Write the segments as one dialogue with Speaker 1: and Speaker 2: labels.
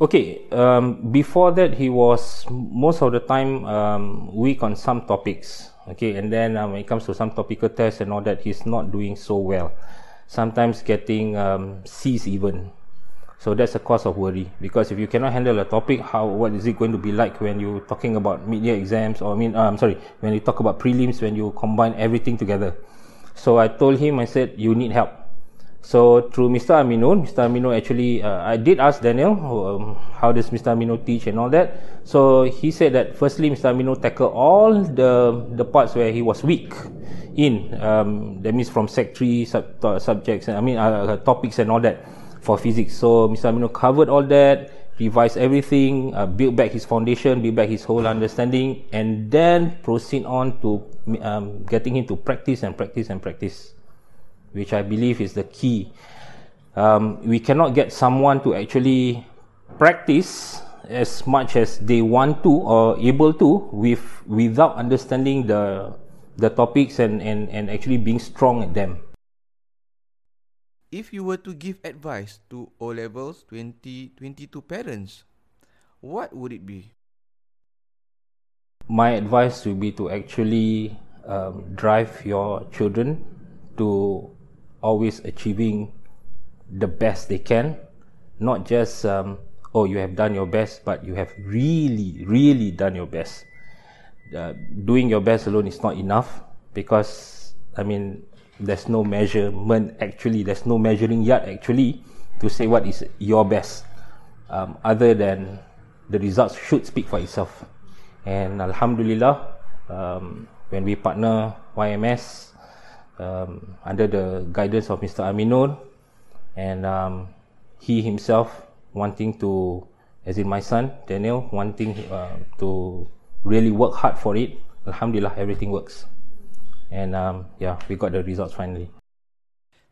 Speaker 1: Okay, um, before that he was most of the time um, weak on some topics. Okay, and then um, when it comes to some topical tests and all that, he's not doing so well. Sometimes getting um, C's even. So that's a cause of worry because if you cannot handle a topic, how what is it going to be like when you're talking about mid-year exams or I mean, uh, I'm sorry, when you talk about prelims, when you combine everything together. So I told him, I said, you need help. So through Mr. Aminun, Mr. Aminun actually, uh, I did ask Daniel, um, how does Mr. Aminun teach and all that. So he said that firstly, Mr. Aminun tackled all the the parts where he was weak in. Um, that means from sec three sub, uh, subjects, I mean uh, topics and all that for physics. So Mr. Aminun covered all that, revised everything, uh, built back his foundation, built back his whole understanding, and then proceed on to um, getting him to practice and practice and practice which I believe is the key. Um, we cannot get someone to actually practice as much as they want to or able to with without understanding the the topics and, and, and actually being strong at them.
Speaker 2: If you were to give advice to O Levels 2022 parents, what would it be?
Speaker 1: My advice would be to actually um, drive your children to always achieving the best they can not just um, oh you have done your best but you have really really done your best uh, doing your best alone is not enough because i mean there's no measurement actually there's no measuring yet actually to say what is your best um, other than the results should speak for itself and alhamdulillah um, when we partner yms um, under the guidance of Mr. Aminul and um, he himself wanting to, as in my son Daniel, wanting uh, to really work hard for it. Alhamdulillah, everything works. And um, yeah, we got the results finally.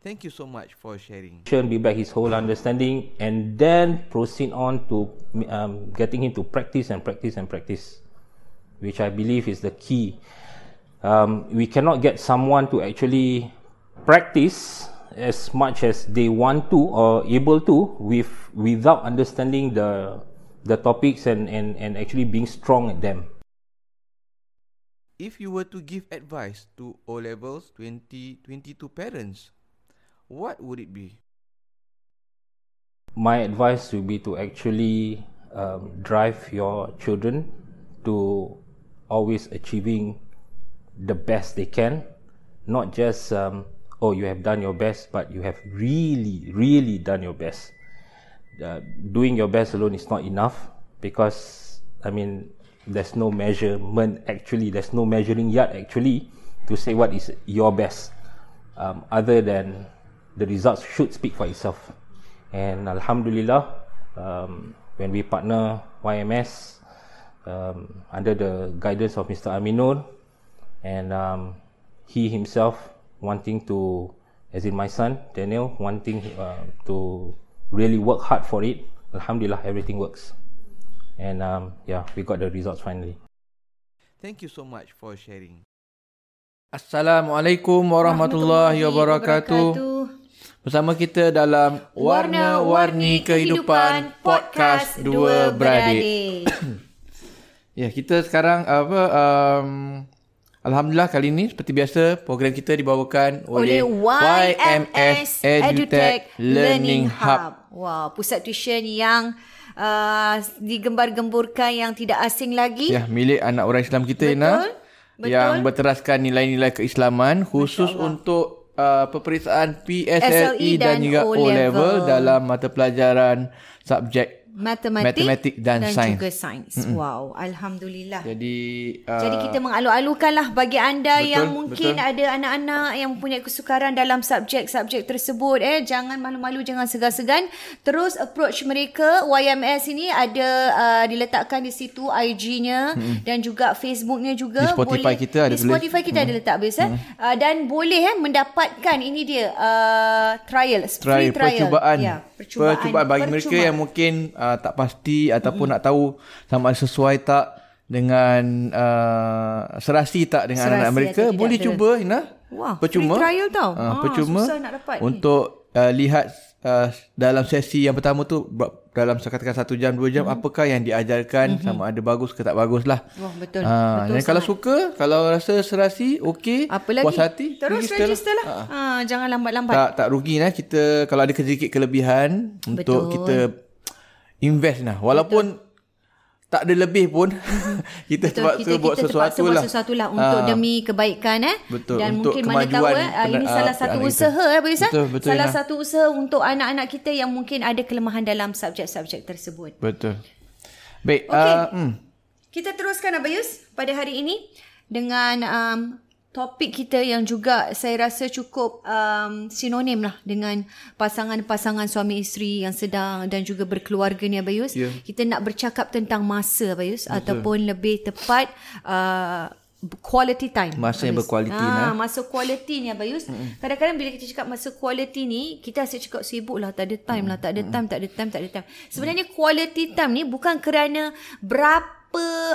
Speaker 2: Thank you so much for sharing.
Speaker 1: Should be back his whole understanding and then proceed on to um, getting him to practice and practice and practice, which I believe is the key. Um, we cannot get someone to actually practice as much as they want to or able to with without understanding the the topics and, and, and actually being strong at them.
Speaker 2: If you were to give advice to O Levels 2022 parents, what would it be?
Speaker 1: My advice would be to actually um, drive your children to always achieving the best they can, not just um, oh you have done your best, but you have really, really done your best. Uh, doing your best alone is not enough because I mean there's no measurement actually, there's no measuring yet actually to say what is your best, um, other than the results should speak for itself. And Alhamdulillah, um, when we partner YMS um, under the guidance of Mr. Aminul, and um, he himself wanting to, as in my son Daniel, wanting uh, to really work hard for it. Alhamdulillah, everything works, and um, yeah, we got the results finally.
Speaker 2: Thank you so much for sharing.
Speaker 3: Assalamualaikum warahmatullahi, warahmatullahi wabarakatuh. wabarakatuh.
Speaker 2: Bersama kita dalam Warna-Warni Kehidupan Podcast Dua Beradik. Ya, kita sekarang apa um, Alhamdulillah kali ini seperti biasa program kita dibawakan oleh,
Speaker 3: Oleh YMS Edutech Learning
Speaker 2: Hub.
Speaker 3: Hub. Wah, pusat tuition yang uh, digembar-gemburkan yang tidak asing lagi.
Speaker 2: Ya, milik anak orang Islam kita Betul. Ina.
Speaker 3: Betul.
Speaker 2: Yang berteraskan nilai-nilai keislaman khusus untuk uh, peperiksaan
Speaker 3: E
Speaker 2: PSLE E dan, dan juga O-level dalam mata pelajaran subjek
Speaker 3: Matematik,
Speaker 2: Matematik dan sains.
Speaker 3: juga sains. Wow, alhamdulillah.
Speaker 2: jadi uh,
Speaker 3: Jadi kita mengalu-alukan lah bagi anda betul, yang mungkin
Speaker 2: betul.
Speaker 3: betul. ada anak-anak yang mempunyai kesukaran dalam subjek-subjek tersebut. Eh, jangan malu-malu, jangan segan-segan. Terus approach mereka. YMS ini ada uh, diletakkan di situ IG-nya hmm. dan juga Facebook-nya juga.
Speaker 2: Di Spotify kita ada
Speaker 3: Di
Speaker 2: tulis.
Speaker 3: Spotify kita ada letak biasa. Eh? Uh, dan boleh eh, mendapatkan ini dia uh, trial,
Speaker 2: trial,
Speaker 3: free trial.
Speaker 2: percubaan.
Speaker 3: Ya,
Speaker 2: percubaan bagi mereka yang mungkin uh, tak pasti ataupun nak tahu sama ada sesuai tak dengan uh, serasi tak dengan
Speaker 3: Serasi
Speaker 2: anak-anak mereka
Speaker 3: atau tidak
Speaker 2: boleh
Speaker 3: ada.
Speaker 2: cuba Ina
Speaker 3: Wah,
Speaker 2: percuma
Speaker 3: free trial tau.
Speaker 2: Ah,
Speaker 3: Ah,
Speaker 2: percuma
Speaker 3: susah nak dapat ni.
Speaker 2: untuk uh, lihat uh, dalam sesi yang pertama tu ber- dalam katakan satu jam dua jam apakah yang diajarkan sama ada bagus ke tak bagus lah
Speaker 3: Mhm. Wah, betul.
Speaker 2: Ah,
Speaker 3: Betul
Speaker 2: dan kalau suka kalau rasa serasi okey
Speaker 3: Apa lagi?
Speaker 2: puas hati
Speaker 3: Terus register, lah.
Speaker 2: Ah,
Speaker 3: Ha. Ha, jangan lambat-lambat.
Speaker 2: tak tak rugi lah kita kalau ada sedikit kelebihan Betul. untuk kita invest lah walaupun Betul. tak ada lebih pun kita
Speaker 3: Betul,
Speaker 2: terpaksa
Speaker 3: kita,
Speaker 2: buat
Speaker 3: kita terpaksa
Speaker 2: sesuatu
Speaker 3: buat
Speaker 2: lah
Speaker 3: sesuatu lah untuk
Speaker 2: Ah.
Speaker 3: demi kebaikan eh
Speaker 2: Betul,
Speaker 3: dan
Speaker 2: untuk
Speaker 3: mungkin mana tahu
Speaker 2: kemajuan
Speaker 3: eh, ah, ini
Speaker 2: pen-
Speaker 3: salah
Speaker 2: ah,
Speaker 3: satu
Speaker 2: anak kita.
Speaker 3: usaha eh Abis
Speaker 2: Betul, betul, ya.
Speaker 3: salah
Speaker 2: Ina.
Speaker 3: satu usaha untuk anak-anak kita yang mungkin ada kelemahan dalam subjek-subjek tersebut
Speaker 2: betul baik
Speaker 3: Okey.
Speaker 2: ah, hmm.
Speaker 3: kita teruskan Abayus pada hari ini dengan um, topik kita yang juga saya rasa cukup um, sinonim lah dengan pasangan-pasangan suami isteri yang sedang dan juga berkeluarga ni Abayus.
Speaker 2: Ya.
Speaker 3: Kita nak bercakap tentang masa Abayus Betul. ataupun lebih tepat uh, quality time.
Speaker 2: Masa yang
Speaker 3: Abayus.
Speaker 2: berkualiti,
Speaker 3: Ah,
Speaker 2: nah.
Speaker 3: masa quality ni Abayus. Kadang-kadang bila kita cakap masa quality ni, kita asyik cakap sibuk lah, tak ada time lah, tak ada time, tak ada time, tak ada time. Sebenarnya quality time ni bukan kerana berapa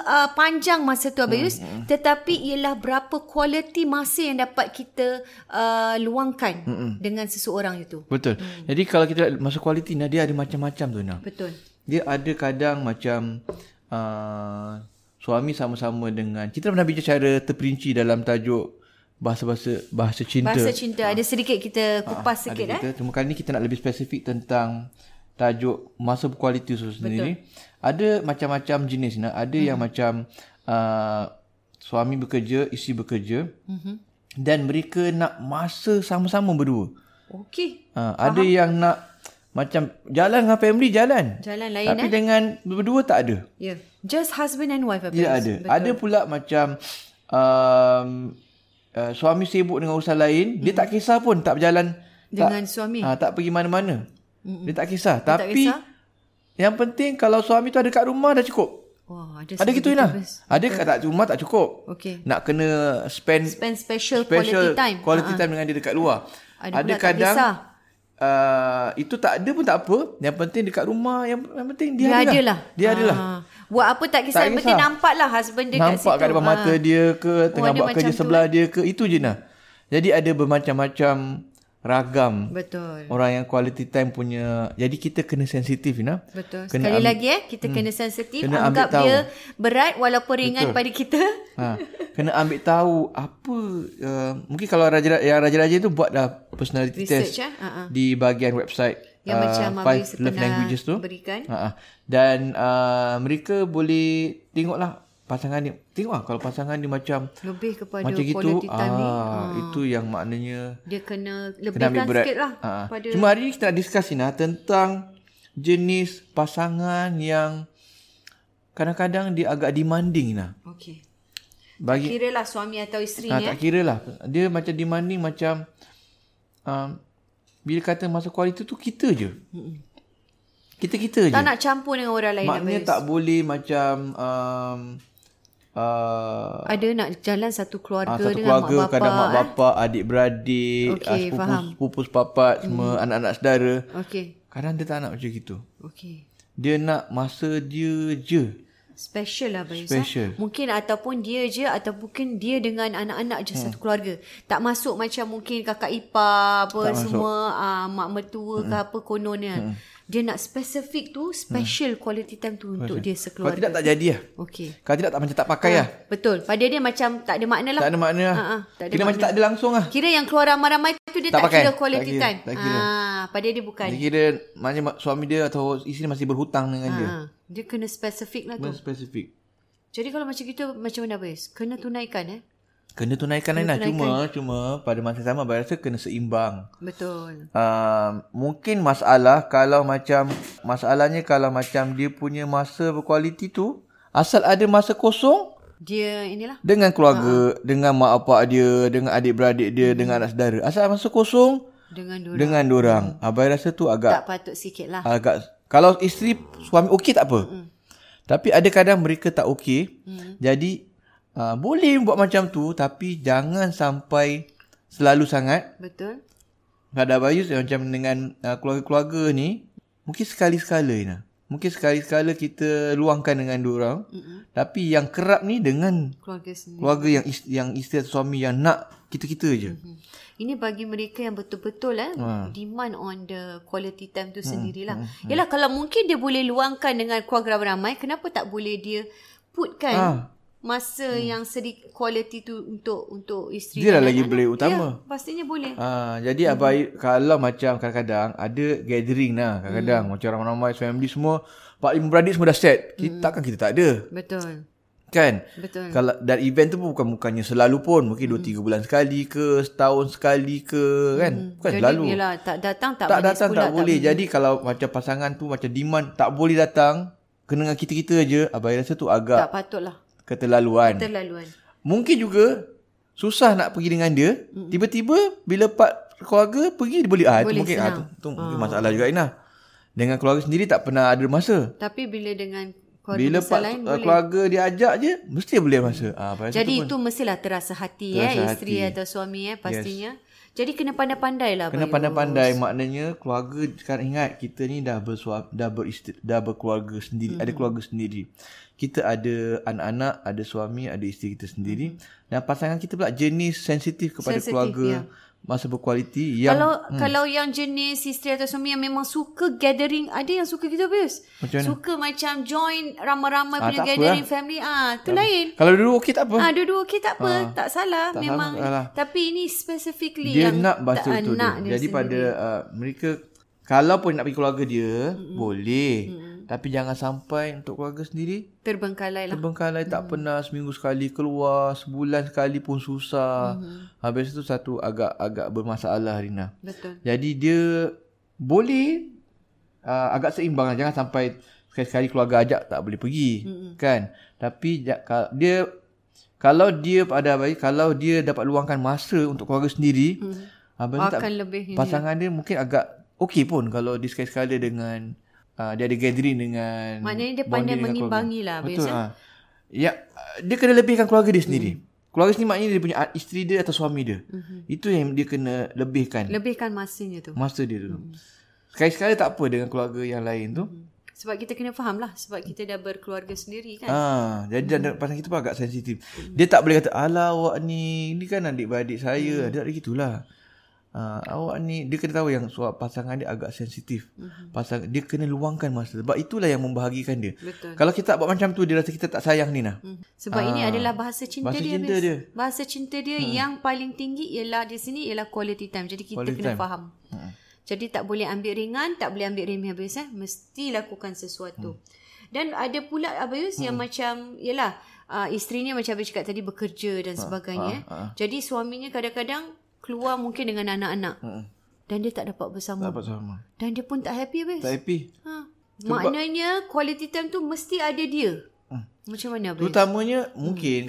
Speaker 3: uh, panjang masa tu Abayus, tetapi ialah berapa quality masa yang dapat kita uh, luangkan dengan seseorang itu.
Speaker 2: betul hmm. jadi kalau kita lihat masa kualiti nah dia ada macam-macam tu nah
Speaker 3: Betul.
Speaker 2: dia ada kadang macam uh, suami sama-sama dengan kita pernah bicara terperinci dalam tajuk bahasa-bahasa bahasa cinta
Speaker 3: Bahasa cinta ada sedikit kita kupas sikit
Speaker 2: Ah,
Speaker 3: eh.
Speaker 2: ada kita. Cuma kali ni kita nak lebih spesifik tentang tajuk masa berkualiti itu sendiri. Ada macam-macam jenis nak. Ada hmm. yang macam uh, suami bekerja, isteri bekerja.
Speaker 3: Mhm.
Speaker 2: Hmm. Dan mereka nak masa sama-sama berdua.
Speaker 3: Okey.
Speaker 2: Uh, ada yang nak macam jalan dengan family jalan.
Speaker 3: Jalan lain eh.
Speaker 2: Tapi dengan berdua tak ada.
Speaker 3: Ya. Yeah. Just husband and wife Abayus.
Speaker 2: Tidak Ya, ada. Betul. Ada pula macam um, uh, suami sibuk dengan urusan lain, hmm. dia tak kisah pun tak berjalan tak,
Speaker 3: Dengan suami.
Speaker 2: Ha, tak pergi mana-mana. Mm-mm. Dia tak kisah. Dia Tapi
Speaker 3: kisah.
Speaker 2: yang penting kalau suami tu ada kat rumah dah cukup.
Speaker 3: Wah, ada
Speaker 2: Ada gitu
Speaker 3: sedikit
Speaker 2: lah.
Speaker 3: bes-
Speaker 2: Ada kat tak rumah tak cukup.
Speaker 3: Okey.
Speaker 2: Nak kena spend
Speaker 3: Spend special, quality
Speaker 2: special
Speaker 3: time. Ah.
Speaker 2: quality time dengan dia dekat luar.
Speaker 3: Ada
Speaker 2: Ada, ada
Speaker 3: pula tak
Speaker 2: kadang
Speaker 3: kisah.
Speaker 2: Uh, itu tak ada pun tak apa. Yang penting dekat rumah, yang, yang penting dia,
Speaker 3: Dia
Speaker 2: ada
Speaker 3: ada
Speaker 2: lah.
Speaker 3: lah.
Speaker 2: Dia ada lah.
Speaker 3: Ah. Buat apa tak kisah.
Speaker 2: Tak
Speaker 3: Yang penting
Speaker 2: kisah.
Speaker 3: nampak lah husband dia kat situ.
Speaker 2: nampak kat depan
Speaker 3: Ah.
Speaker 2: mata dia ke tengah
Speaker 3: ada
Speaker 2: buat
Speaker 3: macam
Speaker 2: kerja
Speaker 3: tu, lah.
Speaker 2: sebelah dia ke itu je nah. Jadi ada bermacam-macam ragam
Speaker 3: Betul.
Speaker 2: orang yang quality time punya. Jadi kita kena sensitif nah.
Speaker 3: Betul.
Speaker 2: Kena
Speaker 3: Sekali
Speaker 2: ambil- Hmm.
Speaker 3: lagi eh, kita kena sensitif.
Speaker 2: Kena ambil
Speaker 3: anggap
Speaker 2: tahu.
Speaker 3: dia berat walaupun ringan
Speaker 2: Betul.
Speaker 3: pada kita.
Speaker 2: Ha, kena ambil tahu apa uh, mungkin kalau raja yang raja-raja tu buat dah personality
Speaker 3: Research,
Speaker 2: test
Speaker 3: eh? Ha-ha.
Speaker 2: di bahagian website eh,
Speaker 3: Yang macam
Speaker 2: five
Speaker 3: Abang Yusuf
Speaker 2: love
Speaker 3: pernah
Speaker 2: languages tu.
Speaker 3: berikan.
Speaker 2: Ha-ha. Dan uh, mereka boleh tengoklah pasangan dia. Tengoklah kalau pasangan dia macam
Speaker 3: Lebih kepada
Speaker 2: macam gitu
Speaker 3: quality time ni.
Speaker 2: ah, itu yang maknanya
Speaker 3: Dia kena
Speaker 2: kena
Speaker 3: lebihkan
Speaker 2: ambil berat
Speaker 3: sikit lah.
Speaker 2: Ah,
Speaker 3: Pada
Speaker 2: cuma hari ni kita nak discuss Ina tentang jenis pasangan yang kadang-kadang dia agak demanding Ina
Speaker 3: Okey.
Speaker 2: bagi
Speaker 3: Kira lah suami atau isteri
Speaker 2: ah,
Speaker 3: ni. eh.
Speaker 2: tak kira lah dia macam demanding macam um, bila kata masa kualiti tu kita je kita-kita je
Speaker 3: Tak lah, nak campur dengan orang lain.
Speaker 2: maknanya
Speaker 3: Abayus.
Speaker 2: tak boleh macam um, uh,
Speaker 3: Ada nak jalan satu keluarga
Speaker 2: Ah, satu
Speaker 3: dengan
Speaker 2: keluarga
Speaker 3: mak bapak.
Speaker 2: kadang mak
Speaker 3: eh.
Speaker 2: bapak, adik-beradik,
Speaker 3: Okey,
Speaker 2: okay, sepupu,
Speaker 3: faham. Hmm.
Speaker 2: sepupu sepapat semua anak-anak saudara.
Speaker 3: Okey.
Speaker 2: Kadang dia tak nak macam gitu.
Speaker 3: Okey.
Speaker 2: Dia nak masa dia je.
Speaker 3: Special lah Bayus
Speaker 2: Special.
Speaker 3: Ha? Mungkin ataupun dia je Atau mungkin dia dengan anak-anak
Speaker 2: Ha.
Speaker 3: je hmm. Satu keluarga Tak masuk macam mungkin kakak ipar Apa tak semua uh, Mak mertua
Speaker 2: Ha.
Speaker 3: hmm. ke apa kononnya hmm. Dia nak spesifik tu Special hmm. quality time tu Untuk dia
Speaker 2: Kalau
Speaker 3: sekeluarga
Speaker 2: tidak tak jadi lah.
Speaker 3: Okey
Speaker 2: Kalau tidak tak macam tak pakai
Speaker 3: Ah.
Speaker 2: lah.
Speaker 3: Betul Pada dia macam tak ada makna lah
Speaker 2: Tak ada makna lah.
Speaker 3: Ha, ha, tak ada
Speaker 2: Kira macam
Speaker 3: makna.
Speaker 2: tak ada langsung lah.
Speaker 3: Kira yang keluar ramai-ramai tu Dia tak,
Speaker 2: Tak pakai.
Speaker 3: kira quality
Speaker 2: Tak kira.
Speaker 3: time
Speaker 2: Tak kira.
Speaker 3: Ah, Pada dia bukan
Speaker 2: Dia kira maknanya mak- suami dia atau isteri masih berhutang dengan dia.
Speaker 3: ha. Dia kena spesifik lah tu
Speaker 2: Kena spesifik.
Speaker 3: Jadi kalau macam kita Macam mana Bayus Kena tunaikan eh
Speaker 2: Kena tunaikan Aina. Cuma, cuma pada masa sama saya rasa kena seimbang.
Speaker 3: Betul
Speaker 2: Uh, mungkin masalah kalau macam masalahnya kalau macam dia punya masa berkualiti tu asal ada masa kosong
Speaker 3: Dia inilah
Speaker 2: dengan keluarga, dengan mak apak dia, dengan adik-beradik dia, dengan anak saudara. Asal ada masa kosong
Speaker 3: Dengan dua
Speaker 2: dengan dorang. Abai rasa tu agak
Speaker 3: tak patut sikit lah.
Speaker 2: agak kalau isteri suami okey tak apa. Mm. Tapi ada kadang mereka tak okey. Mm. Jadi uh, boleh buat macam tu tapi jangan sampai selalu sangat.
Speaker 3: Betul?
Speaker 2: Kadang Bayus macam dengan uh, keluarga-keluarga ni mungkin sekali-sekala ni. Mungkin sekali-sekala kita luangkan dengan dua orang. Mm-hmm. Tapi yang kerap ni dengan
Speaker 3: Keluarga sendiri.
Speaker 2: keluarga yang is- yang isteri atau suami yang nak kita-kita je. Mm-hmm.
Speaker 3: Ini bagi mereka yang betul-betul eh,
Speaker 2: Ah.
Speaker 3: demand on the quality time tu sendirilah. Yalah kalau mungkin dia boleh luangkan dengan keluarga ramai, kenapa tak boleh dia putkan
Speaker 2: Ah.
Speaker 3: masa yang sedikit quality tu untuk untuk isteri
Speaker 2: Hmm. Dia lah
Speaker 3: dan
Speaker 2: lagi
Speaker 3: anak-anak?
Speaker 2: boleh utama.
Speaker 3: Ya, pastinya boleh.
Speaker 2: Ah, jadi hmm.
Speaker 3: Mm-hmm.
Speaker 2: abai kalau macam kadang-kadang ada gathering lah kadang-kadang
Speaker 3: Mm-hmm.
Speaker 2: hmm. macam ramai-ramai family semua pak lima beradik semua dah set. Kita hmm. takkan kita tak ada.
Speaker 3: Betul.
Speaker 2: Kan?
Speaker 3: Mm-hmm. Betul. Mm-hmm.
Speaker 2: Kalau dan event tu pun bukan bukannya selalu pun mungkin 2 3 bulan sekali ke setahun sekali ke kan? Hmm. Bukan
Speaker 3: Mm-hmm. Jadi
Speaker 2: selalu.
Speaker 3: yalah tak datang tak,
Speaker 2: tak
Speaker 3: manis
Speaker 2: datang
Speaker 3: pula,
Speaker 2: tak boleh. Jadi kalau macam pasangan tu macam demand tak boleh datang kena dengan kita-kita je abai rasa tu
Speaker 3: tak, tak
Speaker 2: agak
Speaker 3: patutlah.
Speaker 2: keterlaluan.
Speaker 3: Terlaluan.
Speaker 2: Mungkin juga susah nak pergi dengan dia. Mm-mm. Tiba-tiba bila part keluarga pergi dia boleh ah itu
Speaker 3: Boleh,
Speaker 2: mungkin ah, tu,
Speaker 3: senang.
Speaker 2: tu mungkin masalah juga Ina. Dengan keluarga sendiri tak pernah ada masa.
Speaker 3: Tapi bila dengan keluarga
Speaker 2: Bila
Speaker 3: besar
Speaker 2: part
Speaker 3: lain
Speaker 2: uh,
Speaker 3: boleh.
Speaker 2: keluarga dia ajak je mesti boleh masa. Ah pada
Speaker 3: Jadi
Speaker 2: Jadi
Speaker 3: itu mestilah terasa hati
Speaker 2: Terasa
Speaker 3: eh isteri
Speaker 2: hati.
Speaker 3: atau suami eh pastinya. Yes. Jadi kena pandai-pandai lah
Speaker 2: kena
Speaker 3: Bayu.
Speaker 2: pandai-pandai maknanya keluarga sekarang ingat kita ni dah bersuap dah beristri, dah berkeluarga sendiri, mm-hmm.
Speaker 3: Hmm.
Speaker 2: ada keluarga sendiri. Kita ada anak-anak, ada suami, ada isteri kita sendiri dan pasangan kita pula jenis sensitif kepada
Speaker 3: Hmm. Sensitif, ya.
Speaker 2: keluarga. Masa berkualiti yang
Speaker 3: Kalau hmm. kalau yang jenis isteri atau suami yang memang suka gathering, ada yang suka gitu Bayus.
Speaker 2: Macam mana?
Speaker 3: Suka macam join ramai-ramai
Speaker 2: Ah,
Speaker 3: punya
Speaker 2: tak apa
Speaker 3: gathering family. Ah, tu lain.
Speaker 2: Kalau dulu okey tak apa.
Speaker 3: Ah, dua-dua okey tak apa, tak salah
Speaker 2: Oh. tak
Speaker 3: memang.
Speaker 2: salah, tak salah.
Speaker 3: Tapi ini specifically
Speaker 2: dia
Speaker 3: yang
Speaker 2: nak bahasa
Speaker 3: tak
Speaker 2: tu dia.
Speaker 3: nak dia
Speaker 2: Jadi pada uh, mereka kalau pun nak pergi keluarga dia
Speaker 3: Hmm.
Speaker 2: mm-hmm. boleh. Mm-hmm. Tapi jangan sampai untuk keluarga sendiri
Speaker 3: terbengkalai lah.
Speaker 2: terbengkalai tak pernah seminggu sekali keluar, sebulan sekali pun
Speaker 3: Hmm.
Speaker 2: susah. Mm-hmm. Habis tu satu agak agak bermasalah Rina.
Speaker 3: Betul.
Speaker 2: Jadi dia boleh uh, agak seimbang lah. Jangan sampai sekali-sekali keluarga ajak tak boleh pergi.
Speaker 3: Hmm.
Speaker 2: Mm-hmm. Kan? Tapi ja- ka- dia kalau dia pada abai kalau dia dapat luangkan masa untuk keluarga sendiri,
Speaker 3: Hmm.
Speaker 2: mm. abai tak
Speaker 3: Akan lebih ini.
Speaker 2: pasangan dia mungkin agak okey pun kalau dia sekali-sekala dengan uh, dia ada gathering dengan
Speaker 3: Maknanya dia
Speaker 2: bonding
Speaker 3: pandai
Speaker 2: dengan keluarga.
Speaker 3: mengimbangi lah Bayus.
Speaker 2: Betul. Ha. Ya, uh, dia kena lebihkan keluarga dia sendiri. Hmm. Keluarga sendiri maknanya dia punya a- isteri dia atau suami dia. Hmm. Itu yang dia kena lebihkan
Speaker 3: Lebihkan masanya tu.
Speaker 2: masa dia dulu. Hmm. Sekali-sekali tak apa dengan keluarga yang lain tu. Hmm.
Speaker 3: Sebab kita kena faham lah. Sebab kita dah berkeluarga sendiri kan.
Speaker 2: Ha, jadi hmm. pasangan kita pun agak sensitif. Hmm. Dia tak boleh kata, alah awak ni, ni kan adik-beradik saya. Hmm. Dia tak ada gitulah. Ha, awak ni, dia kena tahu yang suap pasangan dia agak sensitif. Hmm. Pasang, dia kena luangkan masa. Sebab itulah yang membahagikan dia.
Speaker 3: Betul.
Speaker 2: Kalau kita tak buat macam tu, dia rasa kita tak sayang ni nah.
Speaker 3: Hmm. Sebab ini adalah bahasa cinta
Speaker 2: Ah. bahasa
Speaker 3: dia.
Speaker 2: cinta
Speaker 3: Miss.
Speaker 2: dia. Hmm.
Speaker 3: Bahasa cinta dia yang paling tinggi ialah di sini ialah quality time. Jadi kita
Speaker 2: Quality
Speaker 3: kena
Speaker 2: time. Hmm.
Speaker 3: faham. Jadi tak boleh ambil ringan, tak boleh ambil remeh habis eh. Mesti lakukan sesuatu.
Speaker 2: Hmm.
Speaker 3: Dan ada pula Abayus yang macam ialah uh, isterinya macam Abayus cakap tadi bekerja
Speaker 2: Ah,
Speaker 3: dan sebagainya. eh. Jadi suaminya kadang-kadang keluar mungkin dengan anak-anak.
Speaker 2: Hmm.
Speaker 3: Dan dia tak dapat bersama.
Speaker 2: Dapat sama.
Speaker 3: Dan dia pun tak happy Abayus.
Speaker 2: Tak happy.
Speaker 3: Ha. Maknanya quality time tu mesti ada dia.
Speaker 2: Hmm.
Speaker 3: Macam mana Abang?
Speaker 2: Terutamanya mungkin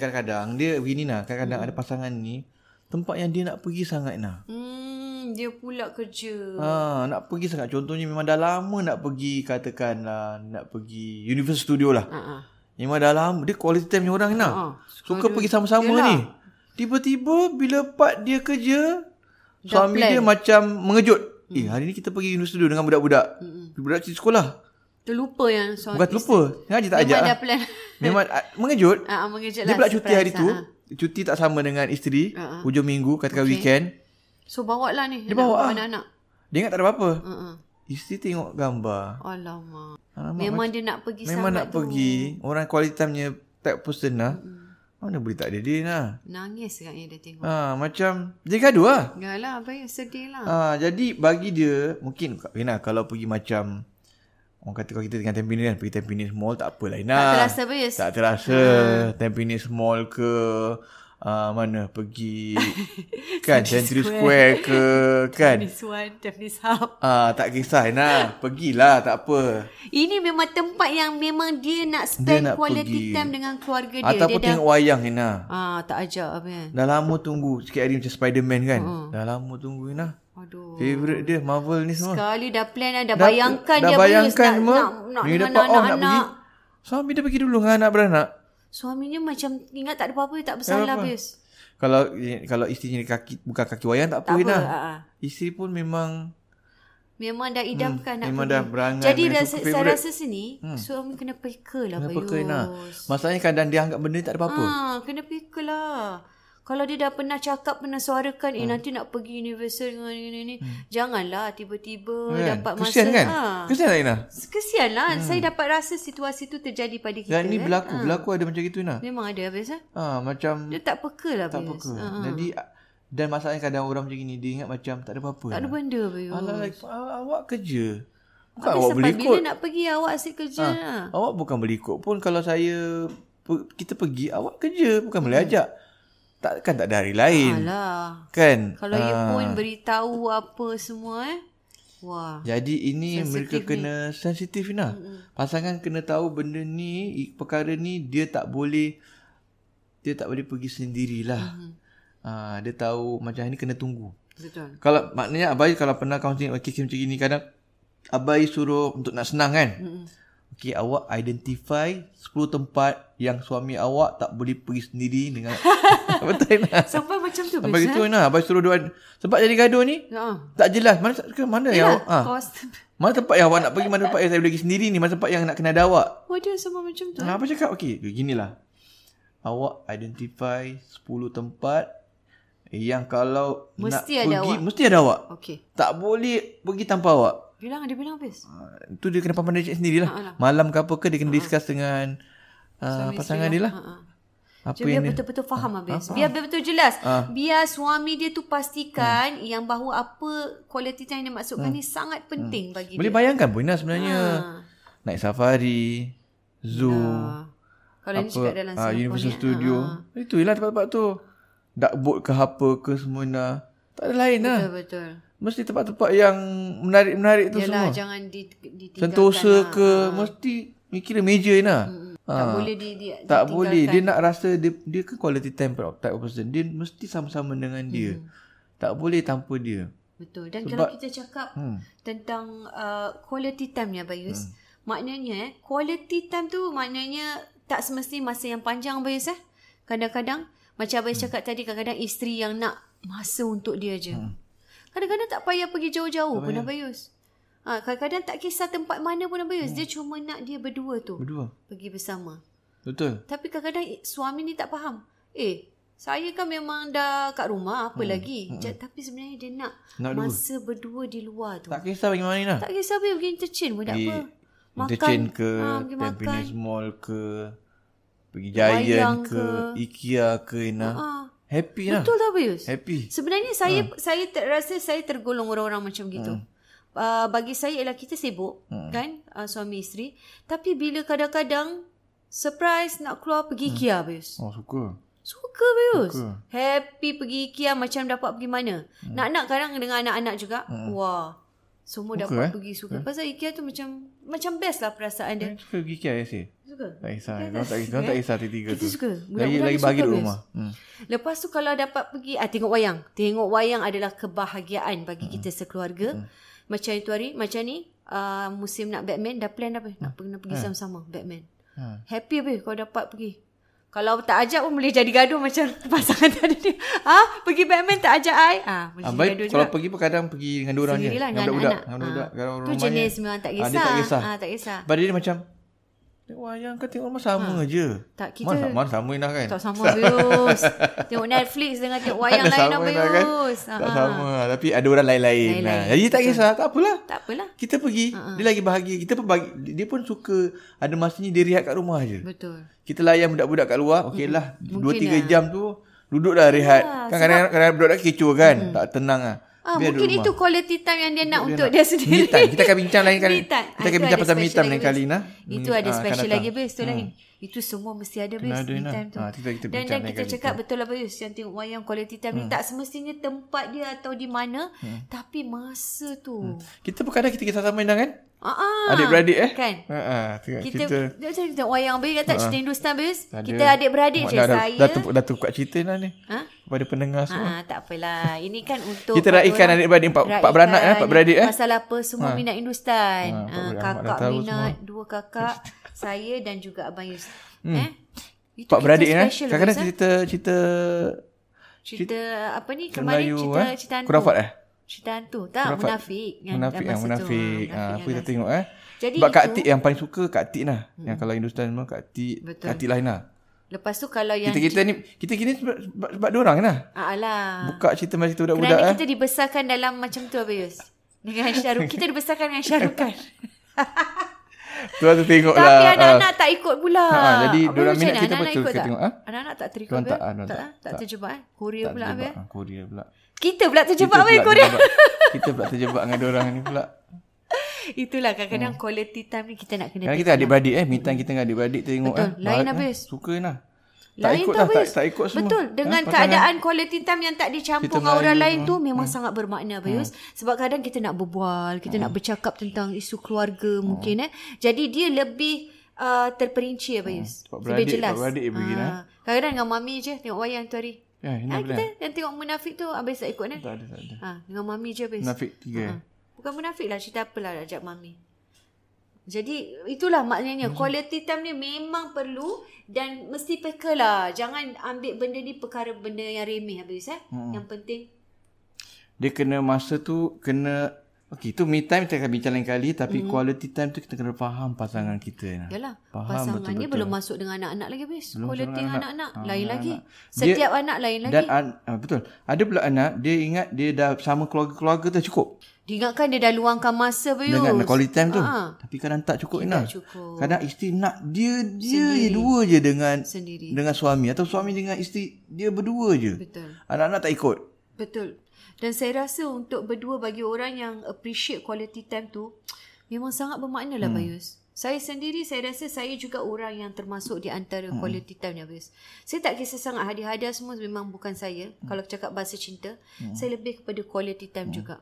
Speaker 3: Hmm.
Speaker 2: kadang-kadang dia begini nah, kadang-kadang ada pasangan ni tempat yang dia nak pergi sangat nah.
Speaker 3: Hmm, dia pula kerja.
Speaker 2: Ha, nak pergi sangat contohnya memang dah lama nak pergi katakanlah nak pergi Universal Studio lah.
Speaker 3: Ha ah.
Speaker 2: Memang dah lama dia quality time punya orang nah.
Speaker 3: Ah,
Speaker 2: Suka pergi sama-sama ni. Tiba-tiba bila part dia kerja suami
Speaker 3: plan. Hmm.
Speaker 2: dia macam mengejut. Eh hari ni kita pergi Universal Studio dengan budak-budak. Budak cik sekolah.
Speaker 3: Terlupa yang soal
Speaker 2: Bukan terlupa. Sengaja tak
Speaker 3: Oh,
Speaker 2: ajak.
Speaker 3: Memang
Speaker 2: lah.
Speaker 3: dah plan.
Speaker 2: Memang ah, mengejut.
Speaker 3: Ah, ah, mengejut
Speaker 2: Dia
Speaker 3: lah,
Speaker 2: pula cuti
Speaker 3: surprise,
Speaker 2: hari tu.
Speaker 3: ah, ah.
Speaker 2: Cuti tak sama dengan isteri.
Speaker 3: Ah, ah.
Speaker 2: Hujung minggu katakan weekend.
Speaker 3: So bawa lah ni.
Speaker 2: Dia bawa lah.
Speaker 3: Anak-anak.
Speaker 2: Dia ingat tak ada apa-apa.
Speaker 3: Uh-uh.
Speaker 2: Isteri tengok gambar.
Speaker 3: Alamak.
Speaker 2: Alamak,
Speaker 3: Memang
Speaker 2: macam-
Speaker 3: dia nak pergi
Speaker 2: Memang
Speaker 3: sahabat
Speaker 2: nak
Speaker 3: tu.
Speaker 2: pergi. Orang quality time-nya tak person lah. Mana boleh tak ada dia lah.
Speaker 3: Nangis agaknya dia tengok.
Speaker 2: Ha, macam dia gaduh lah.
Speaker 3: Yalah, abang sedih lah.
Speaker 2: Ha, jadi bagi dia mungkin Kak Rina kalau pergi macam orang kata kalau kita dengan Tampines kan pergi Tampines Mall tak apa lah Rina.
Speaker 3: Tak terasa Ah. bias.
Speaker 2: Tak terasa Tampines Mall ke uh, mana pergi kan Century Square, ke kan.
Speaker 3: This one, this up.
Speaker 2: Ah tak kisah Rina, pergilah tak apa.
Speaker 3: Ini memang tempat yang memang dia nak
Speaker 2: Dia
Speaker 3: spend
Speaker 2: nak
Speaker 3: quality
Speaker 2: pergi.
Speaker 3: time dengan keluarga dia.
Speaker 2: Ataupun
Speaker 3: dia
Speaker 2: tengok wayang Rina.
Speaker 3: dah, ah, tak ajak abang.
Speaker 2: Dah lama tunggu sikit hari macam Spiderman kan.
Speaker 3: Hmm.
Speaker 2: Dah lama tunggu Rina.
Speaker 3: Aduh.
Speaker 2: Favorite dia Marvel ni semua.
Speaker 3: Sekali dah plan lah, dah, dah
Speaker 2: Hmm. Dah-
Speaker 3: bayangkan
Speaker 2: dah
Speaker 3: dia
Speaker 2: bayangkan
Speaker 3: Abang Yus
Speaker 2: me,
Speaker 3: nak, nak, nak
Speaker 2: minggu
Speaker 3: Hmm.
Speaker 2: depan
Speaker 3: dengan
Speaker 2: off oh, nak pergi.
Speaker 3: anak-anak.
Speaker 2: Suami dia pergi dulu dengan anak beranak.
Speaker 3: Suaminya macam ingat tak ada apa-apa, dia tak bersalah
Speaker 2: apa.
Speaker 3: bias.
Speaker 2: Kalau eh, kalau isteri ni kaki bukan kaki wayang tak apa
Speaker 3: Tak apa.
Speaker 2: Ina.
Speaker 3: ah, ah.
Speaker 2: Isteri pun memang
Speaker 3: Memang dah idamkan nak
Speaker 2: Hmm, memang
Speaker 3: pergi.
Speaker 2: dah berangan
Speaker 3: Jadi
Speaker 2: dengan
Speaker 3: rasa,
Speaker 2: suka
Speaker 3: saya
Speaker 2: favourite.
Speaker 3: rasa sini hmm. suami kena peka lah
Speaker 2: apa
Speaker 3: Bayus.
Speaker 2: ke Ina. Masalahnya kadang dia anggap benda ni tak ada apa-apa.
Speaker 3: Ha, kena peka lah. Kalau dia dah pernah cakap, pernah suarakan,
Speaker 2: Hmm.
Speaker 3: eh nanti nak pergi universal dengan ini, ini. Janganlah tiba-tiba
Speaker 2: kan?
Speaker 3: dapat masa.
Speaker 2: Kesian kan?
Speaker 3: Ha.
Speaker 2: Kesian tak Ina?
Speaker 3: Kesian lah. Hmm. Saya dapat rasa situasi tu terjadi pada kita.
Speaker 2: Dan
Speaker 3: eh.
Speaker 2: ni berlaku. Berlaku ada macam gitu Ina.
Speaker 3: Memang ada habis eh?
Speaker 2: Ha, macam
Speaker 3: Dia tak peka lah
Speaker 2: tak
Speaker 3: Abis.
Speaker 2: apa Jadi dan masalahnya kadang orang macam gini dia ingat macam tak ada apa-apa.
Speaker 3: Tak ada benda Bayus.
Speaker 2: Alah, like, ah, awak kerja. Bukan
Speaker 3: Habis
Speaker 2: awak
Speaker 3: sampai
Speaker 2: boleh
Speaker 3: bila
Speaker 2: ikut. Ah.
Speaker 3: nak pergi awak asyik kerja lah.
Speaker 2: Awak bukan boleh ikut pun kalau saya pe- kita pergi awak kerja bukan boleh ajak. Takkan tak ada hari lain
Speaker 3: Alah.
Speaker 2: kan?
Speaker 3: Kalau you pun beritahu apa semua eh. Wah.
Speaker 2: Jadi ini mereka kena sensitif Ina. Pasangan kena tahu benda ni i- perkara ni dia tak boleh dia tak boleh pergi sendirilah. Mm-hmm. dia tahu macam ni kena tunggu.
Speaker 3: Betul.
Speaker 2: Kalau maknanya abai kalau pernah counseling okay, macam gini kadang abai suruh untuk nak senang kan. Mm-hmm. Okey awak identify 10 tempat yang suami awak tak boleh pergi sendiri dengan betul lah.
Speaker 3: Sampai macam tu
Speaker 2: Sampai
Speaker 3: Bayus.
Speaker 2: gitu nah abai suruh dua sebab jadi gaduh ni
Speaker 3: Ha.
Speaker 2: tak jelas mana ke mana yang awak- ah.
Speaker 3: Kos.
Speaker 2: Mana tempat yang awak nak pergi Mana tempat yang saya boleh pergi sendiri ni Mana tempat yang nak kena ada awak
Speaker 3: Waduh semua macam tu.
Speaker 2: Nah, apa cakap? Okey, gini lah. Awak identify 10 tempat yang kalau nak
Speaker 3: Mesti ada
Speaker 2: pergi,
Speaker 3: awak.
Speaker 2: mesti ada awak.
Speaker 3: Okey.
Speaker 2: Tak boleh pergi tanpa awak.
Speaker 3: Bilang dia bilang habis.
Speaker 2: Uh, tu dia kena pandai cek sendirilah.
Speaker 3: Ah, lah.
Speaker 2: Malam ke apa ke dia kena discuss dengan uh, pasangan dia lah.
Speaker 3: Ha.
Speaker 2: Apa Ah,
Speaker 3: Biar
Speaker 2: yang dia
Speaker 3: betul-betul faham habis. Biar biar betul jelas.
Speaker 2: Ah.
Speaker 3: Biar suami dia tu pastikan yang bahawa apa kualiti time yang dia maksudkan ni sangat penting bagi dia.
Speaker 2: Ah.
Speaker 3: Ah.
Speaker 2: boleh bayangkan pun Ina sebenarnya. Naik safari, zoo,
Speaker 3: Kalau ni cakap Ah, dalam
Speaker 2: ah,
Speaker 3: Singapore ni,
Speaker 2: Universal
Speaker 3: Ah,
Speaker 2: Studio. Itulah tempat-tempat tu. Duck boat ke apa ke semua Ina. Tak ada lain lah.
Speaker 3: ah, Betul.
Speaker 2: Mesti tempat-tempat yang menarik-menarik
Speaker 3: Yalah
Speaker 2: tu Yalah, semua.
Speaker 3: jangan di, ditinggalkan.
Speaker 2: Sentosa
Speaker 3: lah.
Speaker 2: ke mesti ni kira meja ni lah. Ha,
Speaker 3: Tak boleh di, di
Speaker 2: tak boleh. Dia nak rasa dia dia kan quality time per- type of person. Dia mesti sama-sama dengan dia.
Speaker 3: Hmm.
Speaker 2: Tak boleh tanpa dia.
Speaker 3: Betul. Dan Sebab, kalau kita cakap hmm. tentang uh, quality time ni Abayus, hmm. maknanya eh, quality time tu maknanya tak semestinya masa yang panjang Abayus eh. Kadang-kadang macam Abayus hmm. cakap tadi kadang-kadang isteri yang nak masa untuk dia je. Hmm. Kadang-kadang tak payah pergi jauh-jauh pun Abayus. Ha, kadang-kadang tak kisah tempat mana pun Abayus. Hmm. Dia cuma nak dia berdua tu.
Speaker 2: Berdua.
Speaker 3: Pergi bersama.
Speaker 2: Betul.
Speaker 3: Tapi kadang-kadang i- suami ni tak faham. Eh, saya kan memang dah kat rumah, apa hmm. lagi? Hmm. Tapi sebenarnya dia nak,
Speaker 2: Nak
Speaker 3: nak
Speaker 2: dua.
Speaker 3: masa berdua di luar tu.
Speaker 2: Tak
Speaker 3: Tak,
Speaker 2: kisah bagaimana ni lah.
Speaker 3: tak kisah apa pergi interchange pun tak
Speaker 2: Pergi
Speaker 3: apa.
Speaker 2: Interchain ke,
Speaker 3: ah, pergi makan.
Speaker 2: Tampines Mall ke, pergi Giant
Speaker 3: Wayang
Speaker 2: ke,
Speaker 3: ke.
Speaker 2: IKEA ke Ina.
Speaker 3: Ah,
Speaker 2: Happy lah.
Speaker 3: betul tak Bayus?
Speaker 2: Happy. Ah.
Speaker 3: Sebenarnya saya ha. saya ter, rasa saya tergolong orang-orang macam gitu. Hmm. Uh, bagi saya ialah kita sibuk hmm. kan uh, suami isteri tapi bila kadang-kadang surprise nak keluar pergi hmm. Kia Bayus.
Speaker 2: Oh suka.
Speaker 3: Suka Pius. Happy pergi IKEA macam dapat pergi mana. Hmm. Nak-nak kadang dengan anak-anak juga. Hmm. Wah. Semua suka,
Speaker 2: Suka,
Speaker 3: dapat
Speaker 2: eh?
Speaker 3: eh? pergi suka. Pasal IKEA tu macam macam best lah perasaan dia.
Speaker 2: Saya suka pergi IKEA ya sih.
Speaker 3: Suka.
Speaker 2: Tak kisah. Kau tak kisah. Kau tak kisah tiga-tiga
Speaker 3: Kita
Speaker 2: tu.
Speaker 3: suka.
Speaker 2: Lagi
Speaker 3: Budak-budak
Speaker 2: lagi
Speaker 3: ni
Speaker 2: bagi
Speaker 3: suka,
Speaker 2: duduk
Speaker 3: Pius.
Speaker 2: rumah. Hmm.
Speaker 3: Lepas tu kalau dapat pergi ah tengok wayang. Tengok wayang adalah kebahagiaan bagi kita sekeluarga. Macam itu hari, macam ni uh,
Speaker 2: Mm.
Speaker 3: musim nak Batman dah plan dah apa? Nak pergi, nak pergi sama-sama Batman. Happy apa kalau dapat pergi. Kalau tak ajak pun boleh jadi gaduh macam pasangan tadi dia. Ah, pergi Batman tak ajak ai. Ah, boleh jadi
Speaker 2: Ah,
Speaker 3: gaduh
Speaker 2: baik
Speaker 3: juga. lah,
Speaker 2: kalau pergi pun kadang pergi dengan dua orang je.
Speaker 3: Sendirilah
Speaker 2: Dengan
Speaker 3: dengan
Speaker 2: budak-budak.
Speaker 3: anak-anak.
Speaker 2: Dengan budak-budak.
Speaker 3: Ah.
Speaker 2: Kalau
Speaker 3: Tu
Speaker 2: rumahnya-
Speaker 3: jenis memang tak
Speaker 2: Ah, dia tak
Speaker 3: kisah.
Speaker 2: kisah.
Speaker 3: Ah, tak kisah.
Speaker 2: But dia macam, tengok wayang ke tengok rumah sama je.
Speaker 3: Ha. Tak, kita-
Speaker 2: Mana, mana sama lah kan?
Speaker 3: Tak sama Bius. tengok Netflix dengan tengok wayang
Speaker 2: Mana
Speaker 3: lain Ah, lah
Speaker 2: sama lah kan?
Speaker 3: Bius.
Speaker 2: Tak sama. lah. Tapi ada orang lain-lain.
Speaker 3: Lain-lain.
Speaker 2: Nah, jadi tak kisah. Tak apalah.
Speaker 3: Tak apalah.
Speaker 2: Kita pergi. Dia lagi bahagia. Kita pun bagi. Dia pun suka. Ada masanya dia rehat kat rumah je.
Speaker 3: Betul.
Speaker 2: Kita layan budak-budak kat luar. Okey lah. Dua,
Speaker 3: Mungkin
Speaker 2: tiga
Speaker 3: lah. Ya,
Speaker 2: jam tu. Duduk dah rehat. kan kadang-kadang kadang-kadang budak-budak kecoh kan. Tak tenang lah.
Speaker 3: Hmm. Ah,
Speaker 2: Biar duduk
Speaker 3: mungkin
Speaker 2: rumah.
Speaker 3: itu quality time yang dia nak untuk dia sendiri.
Speaker 2: Me time. Kita akan bincang lain kali.
Speaker 3: Me time.
Speaker 2: Kita
Speaker 3: Ah,
Speaker 2: akan
Speaker 3: itu
Speaker 2: bincang
Speaker 3: ada
Speaker 2: pasal me
Speaker 3: special
Speaker 2: time
Speaker 3: lagi,
Speaker 2: lain kali,
Speaker 3: Bis.
Speaker 2: nah.
Speaker 3: Itu
Speaker 2: Hmm,
Speaker 3: ada
Speaker 2: ah, akan
Speaker 3: special
Speaker 2: datang.
Speaker 3: lagi Bis tu lain. Itu semua mesti ada Bis.
Speaker 2: ada,
Speaker 3: Me
Speaker 2: nah.
Speaker 3: time tu.
Speaker 2: Ah, kita- kita
Speaker 3: dan
Speaker 2: bincang Hmm.
Speaker 3: dan
Speaker 2: lain
Speaker 3: kita
Speaker 2: kali
Speaker 3: cakap betul lah Bis yang tengok wayang quality time ni tak semestinya tempat dia atau di mana
Speaker 2: Hmm.
Speaker 3: tapi masa tu.
Speaker 2: Kita pun kadang kita kisah sama Indah kan?
Speaker 3: Ah ah.
Speaker 2: Adik-beradik eh?
Speaker 3: Kan?
Speaker 2: Ha ah, tengok
Speaker 3: Kita,
Speaker 2: kita, Ah.
Speaker 3: kita macam kita wayang Bis kat tak cerita Hindustan Bis.
Speaker 2: Ada.
Speaker 3: Kita adik-beradik
Speaker 2: Mak
Speaker 3: je
Speaker 2: dah, dah,
Speaker 3: saya.
Speaker 2: Dah, dah, dah tukar cerita Indah ni.
Speaker 3: Ha?
Speaker 2: Kepada pendengar semua.
Speaker 3: Ah, tak apalah. Ini kan untuk
Speaker 2: Kita
Speaker 3: pada
Speaker 2: raikan
Speaker 3: orang-
Speaker 2: adik-beradik, empat- empat
Speaker 3: raikan
Speaker 2: beranak, eh, empat beradik, eh.
Speaker 3: Pasal apa semua minat Hindustan.
Speaker 2: Ah,
Speaker 3: Ah,
Speaker 2: empat beranak,
Speaker 3: kakak
Speaker 2: dah tahu
Speaker 3: minat, dua kakak, saya dan juga abang Yus. Eh? Itu
Speaker 2: Pak
Speaker 3: kita
Speaker 2: Hmm. beradik kan?
Speaker 3: special,
Speaker 2: Kadang-kadang
Speaker 3: Ustaz.
Speaker 2: cerita cerita
Speaker 3: cerita apa ni
Speaker 2: cerita
Speaker 3: kemarin
Speaker 2: Melayu
Speaker 3: cerita
Speaker 2: eh?
Speaker 3: cerita hantu.
Speaker 2: Kurafat eh?
Speaker 3: Cerita hantu tak
Speaker 2: Kurafat.
Speaker 3: munafik yang
Speaker 2: Munafik
Speaker 3: yang
Speaker 2: yang
Speaker 3: masa tu.
Speaker 2: munafik.
Speaker 3: Ah,
Speaker 2: Ah, apa
Speaker 3: yang
Speaker 2: kita
Speaker 3: dah-
Speaker 2: tengok eh?
Speaker 3: Jadi
Speaker 2: Sebab Kak
Speaker 3: itu-
Speaker 2: Tik yang paling suka Kak Tik lah. Yang kalau Hindustan semua Kak Tik.
Speaker 3: Betul.
Speaker 2: Kak Tik lain lah.
Speaker 3: Lepas tu kalau yang
Speaker 2: Kita-kita ni kita kini sebab, sebab, sebab dia orang lah.
Speaker 3: ah, alah.
Speaker 2: Buka cerita macam tu
Speaker 3: Kerana
Speaker 2: budak-budak eh.
Speaker 3: kita dibesarkan dalam macam tu Abang Yus. Dengan Syaruk. Kita dibesarkan dengan kan? Syarukan.
Speaker 2: Tu lah tu tengok lah.
Speaker 3: Tapi
Speaker 2: ah.
Speaker 3: anak-anak tak ikut pula.
Speaker 2: Ha, ha, jadi
Speaker 3: Abang
Speaker 2: diorang
Speaker 3: macam
Speaker 2: minat
Speaker 3: mana?
Speaker 2: kita
Speaker 3: Anak-anak
Speaker 2: betul
Speaker 3: ikut
Speaker 2: ke
Speaker 3: tak?
Speaker 2: tengok, ah?
Speaker 3: Anak-anak tak terikut
Speaker 2: Diorang
Speaker 3: ke?
Speaker 2: tak, ah,
Speaker 3: tak,
Speaker 2: diorang tak,
Speaker 3: ah? tak
Speaker 2: tak.
Speaker 3: terjebak eh? Korea
Speaker 2: Tak
Speaker 3: pula
Speaker 2: terjebak.
Speaker 3: Abang. eh?
Speaker 2: Ah, Korea pula.
Speaker 3: Kita pula terjebak
Speaker 2: Kita
Speaker 3: Abang
Speaker 2: pula
Speaker 3: Korea.
Speaker 2: terjebak. Kita pula terjebak dengan diorang ni pula.
Speaker 3: Itulah kadang-kadang quality time ni kita nak kena
Speaker 2: Kadang Hmm. kita adik-beradik eh. Meeting kita dengan adik-beradik tengok
Speaker 3: Betul.
Speaker 2: eh.
Speaker 3: Lain
Speaker 2: Barat,
Speaker 3: habis.
Speaker 2: Eh. Suka lah. Tak
Speaker 3: Lain
Speaker 2: ikut
Speaker 3: tau,
Speaker 2: lah. Tak,
Speaker 3: Abang Yus.
Speaker 2: tak ikut semua.
Speaker 3: Betul. Dengan
Speaker 2: Ah, pasangan.
Speaker 3: keadaan quality time yang tak dicampur
Speaker 2: Cerita
Speaker 3: dengan orang
Speaker 2: Melayu
Speaker 3: lain tu
Speaker 2: semua.
Speaker 3: memang sangat bermakna
Speaker 2: Hmm.
Speaker 3: Bayus. Sebab kadang kita nak berbual, kita nak bercakap tentang isu keluarga
Speaker 2: Hmm.
Speaker 3: mungkin eh. Jadi dia lebih uh, terperinci Bayus.
Speaker 2: Sebab
Speaker 3: Lebih
Speaker 2: Hmm. beradik-
Speaker 3: jelas.
Speaker 2: sebab beradik dia pergi,
Speaker 3: Ah.
Speaker 2: eh.
Speaker 3: Kadang-kadang dengan mami je tengok wayang tu hari.
Speaker 2: Ya, ini
Speaker 3: Ah,
Speaker 2: benar.
Speaker 3: kita yang tengok munafik tu Abis tak ikut kan?
Speaker 2: Tak ada, tak ada.
Speaker 3: Ha, dengan mami je habis.
Speaker 2: Munafik tiga.
Speaker 3: Ha. Bukan munafik lah. Cerita apalah nak ajak mami. Jadi itulah
Speaker 2: Mhm.
Speaker 3: maknanya. Quality time ni memang perlu. Dan mesti peka lah. Jangan ambil benda ni perkara benda yang remeh habis. Eh?
Speaker 2: Mhm.
Speaker 3: Hmm. Yang penting.
Speaker 2: Dia kena masa tu, kena... Okey, tu me time kita akan bincang lain kali. Tapi quality time tu kita kena faham pasangan kita. Nah.
Speaker 3: Mm-hmm. Yalah.
Speaker 2: Faham
Speaker 3: pasangan
Speaker 2: betul-betul.
Speaker 3: ni belum masuk dengan anak-anak lagi habis. Quality
Speaker 2: dengan
Speaker 3: dengan
Speaker 2: anak.
Speaker 3: anak-anak.
Speaker 2: Ah,
Speaker 3: Lain
Speaker 2: dengan
Speaker 3: lagi.
Speaker 2: anak. Dia-
Speaker 3: Setiap anak lain lagi.
Speaker 2: Dan an, ah, betul. Ada pula anak, dia ingat dia dah sama keluarga-keluarga tu cukup.
Speaker 3: Diingatkan dia dah luangkan masa
Speaker 2: Dia
Speaker 3: Bayus.
Speaker 2: ingat nak quality time tu.
Speaker 3: Ah.
Speaker 2: Tapi kadang tak cukup Ina.
Speaker 3: cukup.
Speaker 2: Kadang isteri nak dia dia je dua je dengan
Speaker 3: Sendiri.
Speaker 2: dengan suami atau suami dengan isteri dia berdua je.
Speaker 3: Betul.
Speaker 2: Anak-anak tak ikut.
Speaker 3: Betul. Dan saya rasa untuk berdua bagi orang yang appreciate quality time tu memang sangat bermakna lah hmm. Bayus. Saya sendiri saya rasa saya juga orang yang termasuk di antara hmm. quality time ni Bayus. Saya tak kisah sangat hadiah-hadiah semua memang bukan saya. Kalau cakap bahasa cinta, hmm. saya lebih kepada quality time hmm. juga.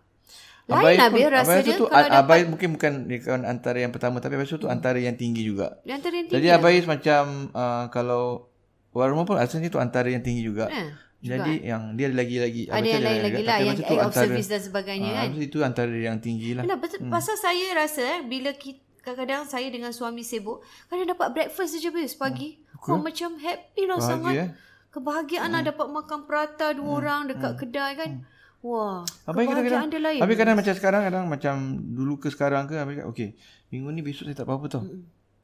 Speaker 3: Lain lah Bayus rasa
Speaker 2: Abai
Speaker 3: dia
Speaker 2: tu,
Speaker 3: kalau
Speaker 2: Abai
Speaker 3: dapat
Speaker 2: mungkin bukan dia kan antara yang pertama tapi Abai tu antara yang tinggi juga.
Speaker 3: di antara yang
Speaker 2: Jadi
Speaker 3: tinggi. lah.
Speaker 2: Abai macam uh, kalau orang rumah pun asalnya tu antara yang tinggi juga.
Speaker 3: Eh,
Speaker 2: Jadi yang dia lagi-lagi
Speaker 3: Ada yang lain lagi lah yang act of service dan sebagainya kan.
Speaker 2: Ah, Habis itu antara yang tinggi lah.
Speaker 3: Yalah, betul. Hmm. Pasal saya rasa eh, bila kita, kadang-kadang saya dengan suami sibuk, kadang dapat breakfast saja bis pagi. Hmm. Oh, macam happy lah
Speaker 2: Bahagia,
Speaker 3: sangat.
Speaker 2: eh. Hmm.
Speaker 3: Kebahagiaan lah dapat makan prata dua hmm. orang dekat hmm. kedai kan. Hmm. Wah,
Speaker 2: Abang
Speaker 3: kebahagiaan
Speaker 2: kadang-kadang
Speaker 3: dia lain.
Speaker 2: Habis kadang macam sekarang kadang macam dulu ke sekarang ke habis kata okey minggu ni besok saya tak apa-apa tau.